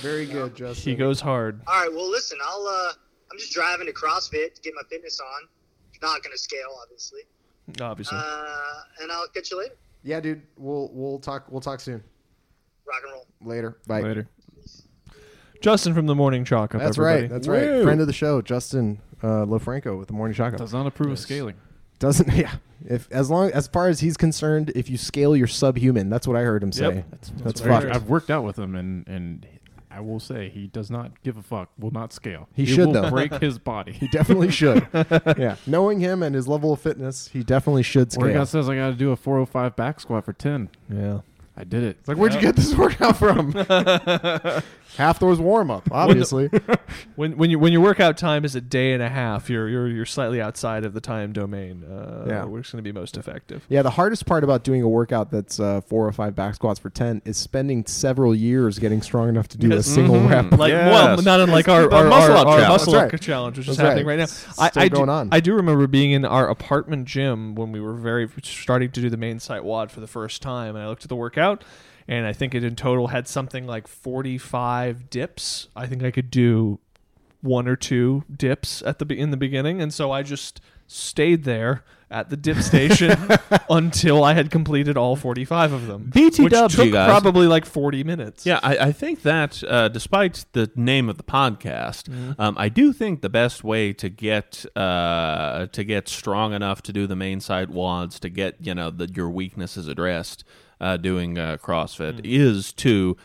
Speaker 1: Very good, Justin.
Speaker 2: He goes hard.
Speaker 5: right, well, listen, I'll. uh I'm just driving to CrossFit to get my fitness on. Not gonna scale, obviously.
Speaker 2: Obviously.
Speaker 5: Uh, and I'll catch you later.
Speaker 1: yeah, dude. We'll we'll talk we'll talk soon.
Speaker 5: Rock and roll.
Speaker 1: Later. Bye.
Speaker 4: Later.
Speaker 2: Justin from the morning chalk up.
Speaker 1: That's
Speaker 2: everybody.
Speaker 1: right. That's right. Friend of the show, Justin uh, LoFranco with the Morning Shotgun.
Speaker 4: Does not approve of scaling.
Speaker 1: Doesn't yeah. If as long as far as he's concerned, if you scale, you're subhuman. That's what I heard him say. That's, fucked.
Speaker 4: I've worked out with him, and and I will say he does not give a fuck. Will not scale.
Speaker 1: He should,
Speaker 4: will
Speaker 1: though.
Speaker 4: break his body.
Speaker 1: He definitely should. yeah, knowing him and his level of fitness, he definitely should scale.
Speaker 4: Workout says I got to do a 405 back squat for 10.
Speaker 1: yeah.
Speaker 4: I did it.
Speaker 1: Like, where'd you get this workout from? Half those warm up, obviously.
Speaker 2: When when you when your workout time is a day and a half, you're you're you're slightly outside of the time domain. Uh,
Speaker 1: Yeah.
Speaker 2: where it's going to be most effective.
Speaker 1: yeah, the hardest part about doing a workout that's uh, four or five back squats for ten is spending several years getting strong enough to do a single
Speaker 4: Mm-hmm.
Speaker 1: rep.
Speaker 2: Mm-hmm. Like well,
Speaker 3: Yes.
Speaker 2: not unlike our,
Speaker 3: the
Speaker 2: our
Speaker 3: muscle
Speaker 2: our-
Speaker 3: up
Speaker 2: our
Speaker 3: challenge.
Speaker 2: muscle
Speaker 1: That's
Speaker 2: up
Speaker 1: right.
Speaker 2: challenge, which is
Speaker 1: That's
Speaker 2: happening
Speaker 1: right.
Speaker 2: right now.
Speaker 1: It's
Speaker 2: I,
Speaker 1: still
Speaker 2: I
Speaker 1: going
Speaker 2: do,
Speaker 1: on.
Speaker 2: I do remember being in our apartment gym when we were very starting to do the main site wad for the first time, and I looked at the workout, and I think it in total had something like forty five dips. I think I could do one or two dips at the be- in the beginning, and so I just stayed there at the dip station until I had completed all 45 of them.
Speaker 3: BTW,
Speaker 2: which took
Speaker 3: you guys.
Speaker 2: probably like 40 minutes.
Speaker 3: Yeah, I, I think that uh, despite the name of the podcast, um, I do think the best way to get uh, to get strong enough to do the main side wads to get you know that your weaknesses addressed uh, doing uh, CrossFit is to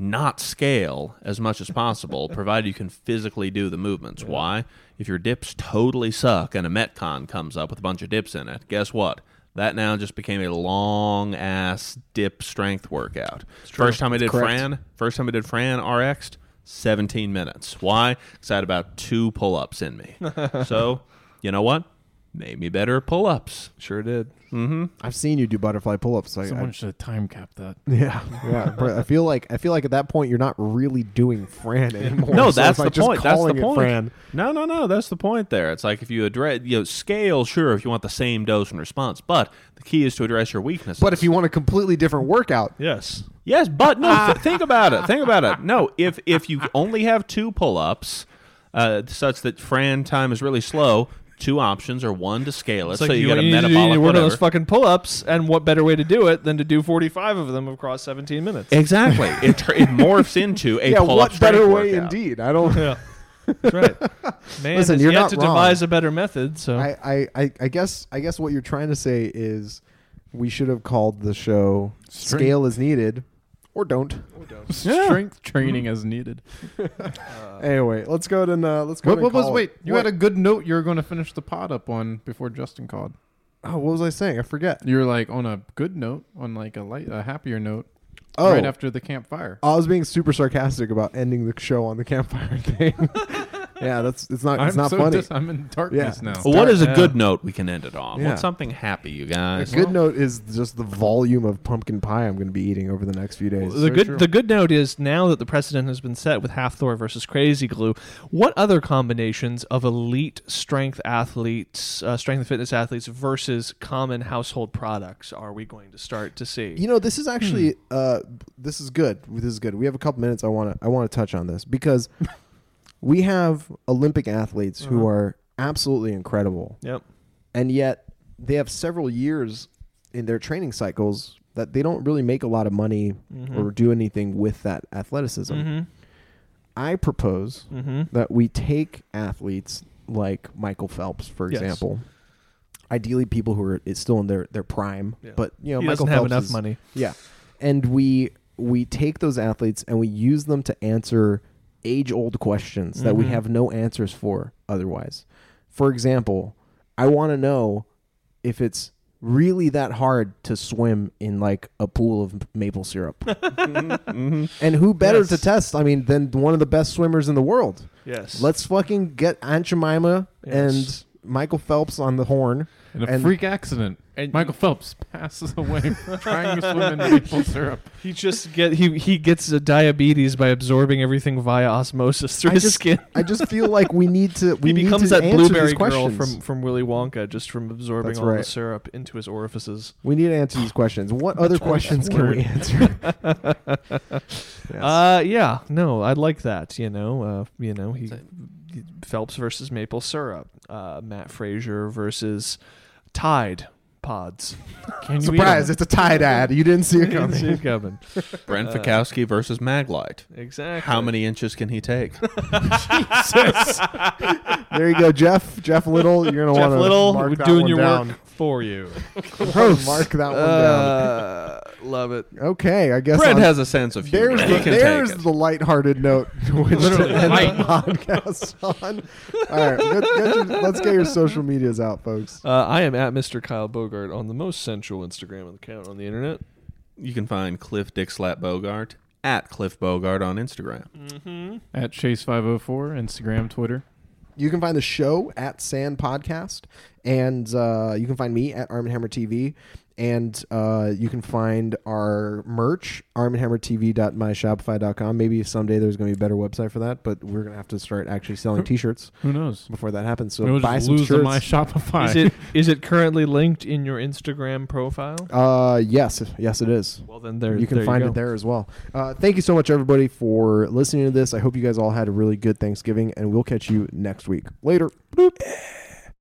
Speaker 3: not scale as much as possible, provided you can physically do the movements. Why? If your dips totally suck and a Metcon comes up with a bunch of dips in it, guess what? That now just became a long ass dip strength workout. First time I did Fran, first time I did Fran RX, 17 minutes. Why? Because I had about two pull ups in me. so, you know what? Made me better at pull ups.
Speaker 2: Sure did.
Speaker 1: I've seen you do butterfly pull ups. Like,
Speaker 4: Someone
Speaker 1: I,
Speaker 4: should time cap that.
Speaker 1: yeah, yeah. But I feel like I feel like at that point you're not really doing Fran anymore.
Speaker 3: No,
Speaker 1: So
Speaker 3: that's
Speaker 1: if I
Speaker 3: the
Speaker 1: just
Speaker 3: point. That's the
Speaker 1: calling it
Speaker 3: point.
Speaker 1: Fran.
Speaker 3: No, no, no. That's the point. There, it's like if you address, you know, scale. Sure, if you want the same dose and response, but the key is to address your weaknesses.
Speaker 1: But if you want a completely different workout,
Speaker 2: Yes.
Speaker 3: yes, but no.
Speaker 2: Ah.
Speaker 3: th- think about it. Think about it. No, if if you only have two pull ups, uh, such that Fran time is really slow. Two options are one to scale it,
Speaker 2: It's like
Speaker 3: so
Speaker 2: you,
Speaker 3: you, get a
Speaker 2: you need to do- you need
Speaker 3: metabolic
Speaker 2: to work on
Speaker 3: whatever.
Speaker 2: those fucking pull-ups, and what better way to do it than to do 45 of them across 17 minutes?
Speaker 3: exactly. it, tur- it morphs into a
Speaker 1: yeah,
Speaker 3: pull
Speaker 1: what
Speaker 3: up
Speaker 1: better way indeed? I don't.
Speaker 2: yeah, that's right. Man
Speaker 1: Listen,
Speaker 2: has
Speaker 1: you're
Speaker 2: yet
Speaker 1: not
Speaker 2: to
Speaker 1: wrong.
Speaker 2: devise a better method, so
Speaker 1: I, I, I, I guess I guess what you're trying to say is we should have called the show "Scale is Needed" or don't.
Speaker 4: Strength training as needed.
Speaker 1: anyway, let's go ahead and uh, let's go.
Speaker 4: What,
Speaker 1: ahead
Speaker 4: what
Speaker 1: and
Speaker 4: was
Speaker 1: call-
Speaker 4: wait? You
Speaker 1: what-
Speaker 4: had a good note. You were going to finish the pod up on before Justin called.
Speaker 1: oh, what was I saying? I forget.
Speaker 4: You were like on a good note, on like a light, a happier note. Uh,
Speaker 1: Oh.
Speaker 4: right after the campfire.
Speaker 1: I was being super sarcastic about ending the show on the campfire thing. yeah, that's it's not it's
Speaker 4: I'm
Speaker 1: not
Speaker 4: so
Speaker 1: funny.
Speaker 4: dis- I'm in darkness now.
Speaker 3: Well, what is a
Speaker 2: Yeah.
Speaker 3: good note we can end it on?
Speaker 1: Yeah.
Speaker 3: What's something happy, you
Speaker 1: the
Speaker 3: guys?
Speaker 1: good note is just the volume of pumpkin pie I'm going to be eating over the next few days.
Speaker 2: the good the good note is now that the precedent has been set with Half Thor versus Crazy Glue, what other combinations of elite strength athletes, uh, strength and fitness athletes versus common household products are we going to start to see?
Speaker 1: You know, this is actually uh, this is good. This is good. We have a couple minutes. I want to I want to touch on this because we have Olympic athletes who are absolutely incredible,
Speaker 2: yep.
Speaker 1: and yet they have several years in their training cycles that they don't really make a lot of money
Speaker 2: Hmm. Mm-hmm.
Speaker 1: or do anything with that athleticism. I propose
Speaker 2: Mm-hmm.
Speaker 1: that we take athletes like Michael Phelps, for
Speaker 2: Yes.
Speaker 1: example. Ideally, people who are it's still in their, their prime,
Speaker 2: Yeah.
Speaker 1: but you know
Speaker 2: He
Speaker 1: Michael
Speaker 2: doesn't have
Speaker 1: Phelps
Speaker 2: enough
Speaker 1: is-
Speaker 2: money.
Speaker 1: yeah. And we we take those athletes and we use them to answer age old questions that
Speaker 2: Mm-hmm.
Speaker 1: we have no answers for otherwise. For example, I want to know if it's really that hard to swim in like a pool of maple syrup. And who better to
Speaker 2: Yes.
Speaker 1: test, I mean, than one of the best swimmers in the world.
Speaker 2: Yes.
Speaker 1: Let's fucking get Aunt Jemima
Speaker 2: Yes.
Speaker 1: Michael Phelps on the horn.
Speaker 4: In a
Speaker 1: and-
Speaker 4: freak accident, Michael Phelps passes away from trying to swim in maple syrup.
Speaker 2: He just get he he gets a diabetes by absorbing everything via osmosis through
Speaker 1: I
Speaker 2: his
Speaker 1: just,
Speaker 2: skin.
Speaker 1: I just feel like we need to. We
Speaker 2: He
Speaker 1: need
Speaker 2: becomes
Speaker 1: to
Speaker 2: that
Speaker 1: answer
Speaker 2: blueberry
Speaker 1: these
Speaker 2: girl
Speaker 1: questions.
Speaker 2: from from Willy Wonka just from absorbing
Speaker 1: That's
Speaker 2: all the
Speaker 1: right.
Speaker 2: syrup into his orifices.
Speaker 1: We need to answer these questions. What other questions can we answer? Yes.
Speaker 2: Uh, yeah, no, I like that. You know, uh, you know, he Phelps versus maple syrup. Uh, Matt Frazier versus Tide pods.
Speaker 4: Can you eat 'em?
Speaker 1: Surprise! It's a tie ad. You didn't see it
Speaker 2: Didn't
Speaker 1: coming.
Speaker 2: see it coming.
Speaker 3: Brent Fikowski versus Maglite.
Speaker 2: Exactly.
Speaker 3: How many inches can he take?
Speaker 1: there you go, Jeff. Jeff Little, you're gonna
Speaker 2: Jeff
Speaker 1: want to
Speaker 2: Little,
Speaker 1: mark
Speaker 2: we're
Speaker 1: that
Speaker 2: doing
Speaker 1: one
Speaker 2: your
Speaker 1: down.
Speaker 2: work for you.
Speaker 1: Mark that one
Speaker 2: Uh, love it.
Speaker 1: down. Okay, I guess
Speaker 3: Brent
Speaker 1: on-
Speaker 3: has a sense of humor.
Speaker 1: There's
Speaker 3: he
Speaker 1: the,
Speaker 3: can
Speaker 1: there's
Speaker 3: take it.
Speaker 1: the lighthearted note to which to end the podcast on. All right, get, get your, let's get your social medias out, folks.
Speaker 2: Uh, I am at Mr. Kyle Bogart on the most sensual Instagram account on the internet.
Speaker 3: you can find Cliff Dick Slap Bogart at Cliff Bogart on Instagram.
Speaker 4: At Chase five hundred four, Instagram, Twitter.
Speaker 1: You can find the show at Sand Podcast, and uh, you can find me at Arm and Hammer TV, and uh, you can find our merch Arm and Hammer TV.myshopify.com. Maybe someday there's going to be a better website for that, but we're going to have to start actually selling T-shirts
Speaker 4: Who knows?
Speaker 1: before that happens. So
Speaker 4: Maybe we'll
Speaker 1: buy
Speaker 4: just
Speaker 1: some
Speaker 4: lose
Speaker 1: shirts.
Speaker 4: on my Shopify.
Speaker 2: Is it is it currently linked in your Instagram profile?
Speaker 1: uh, yes, yes, it is.
Speaker 2: Well, then there
Speaker 1: you can
Speaker 2: there
Speaker 1: find
Speaker 2: go.
Speaker 1: it there as well. Uh, thank you so much, everybody, for listening to this. I hope you guys all had a really good Thanksgiving, and we'll catch you next week. Later. Boop.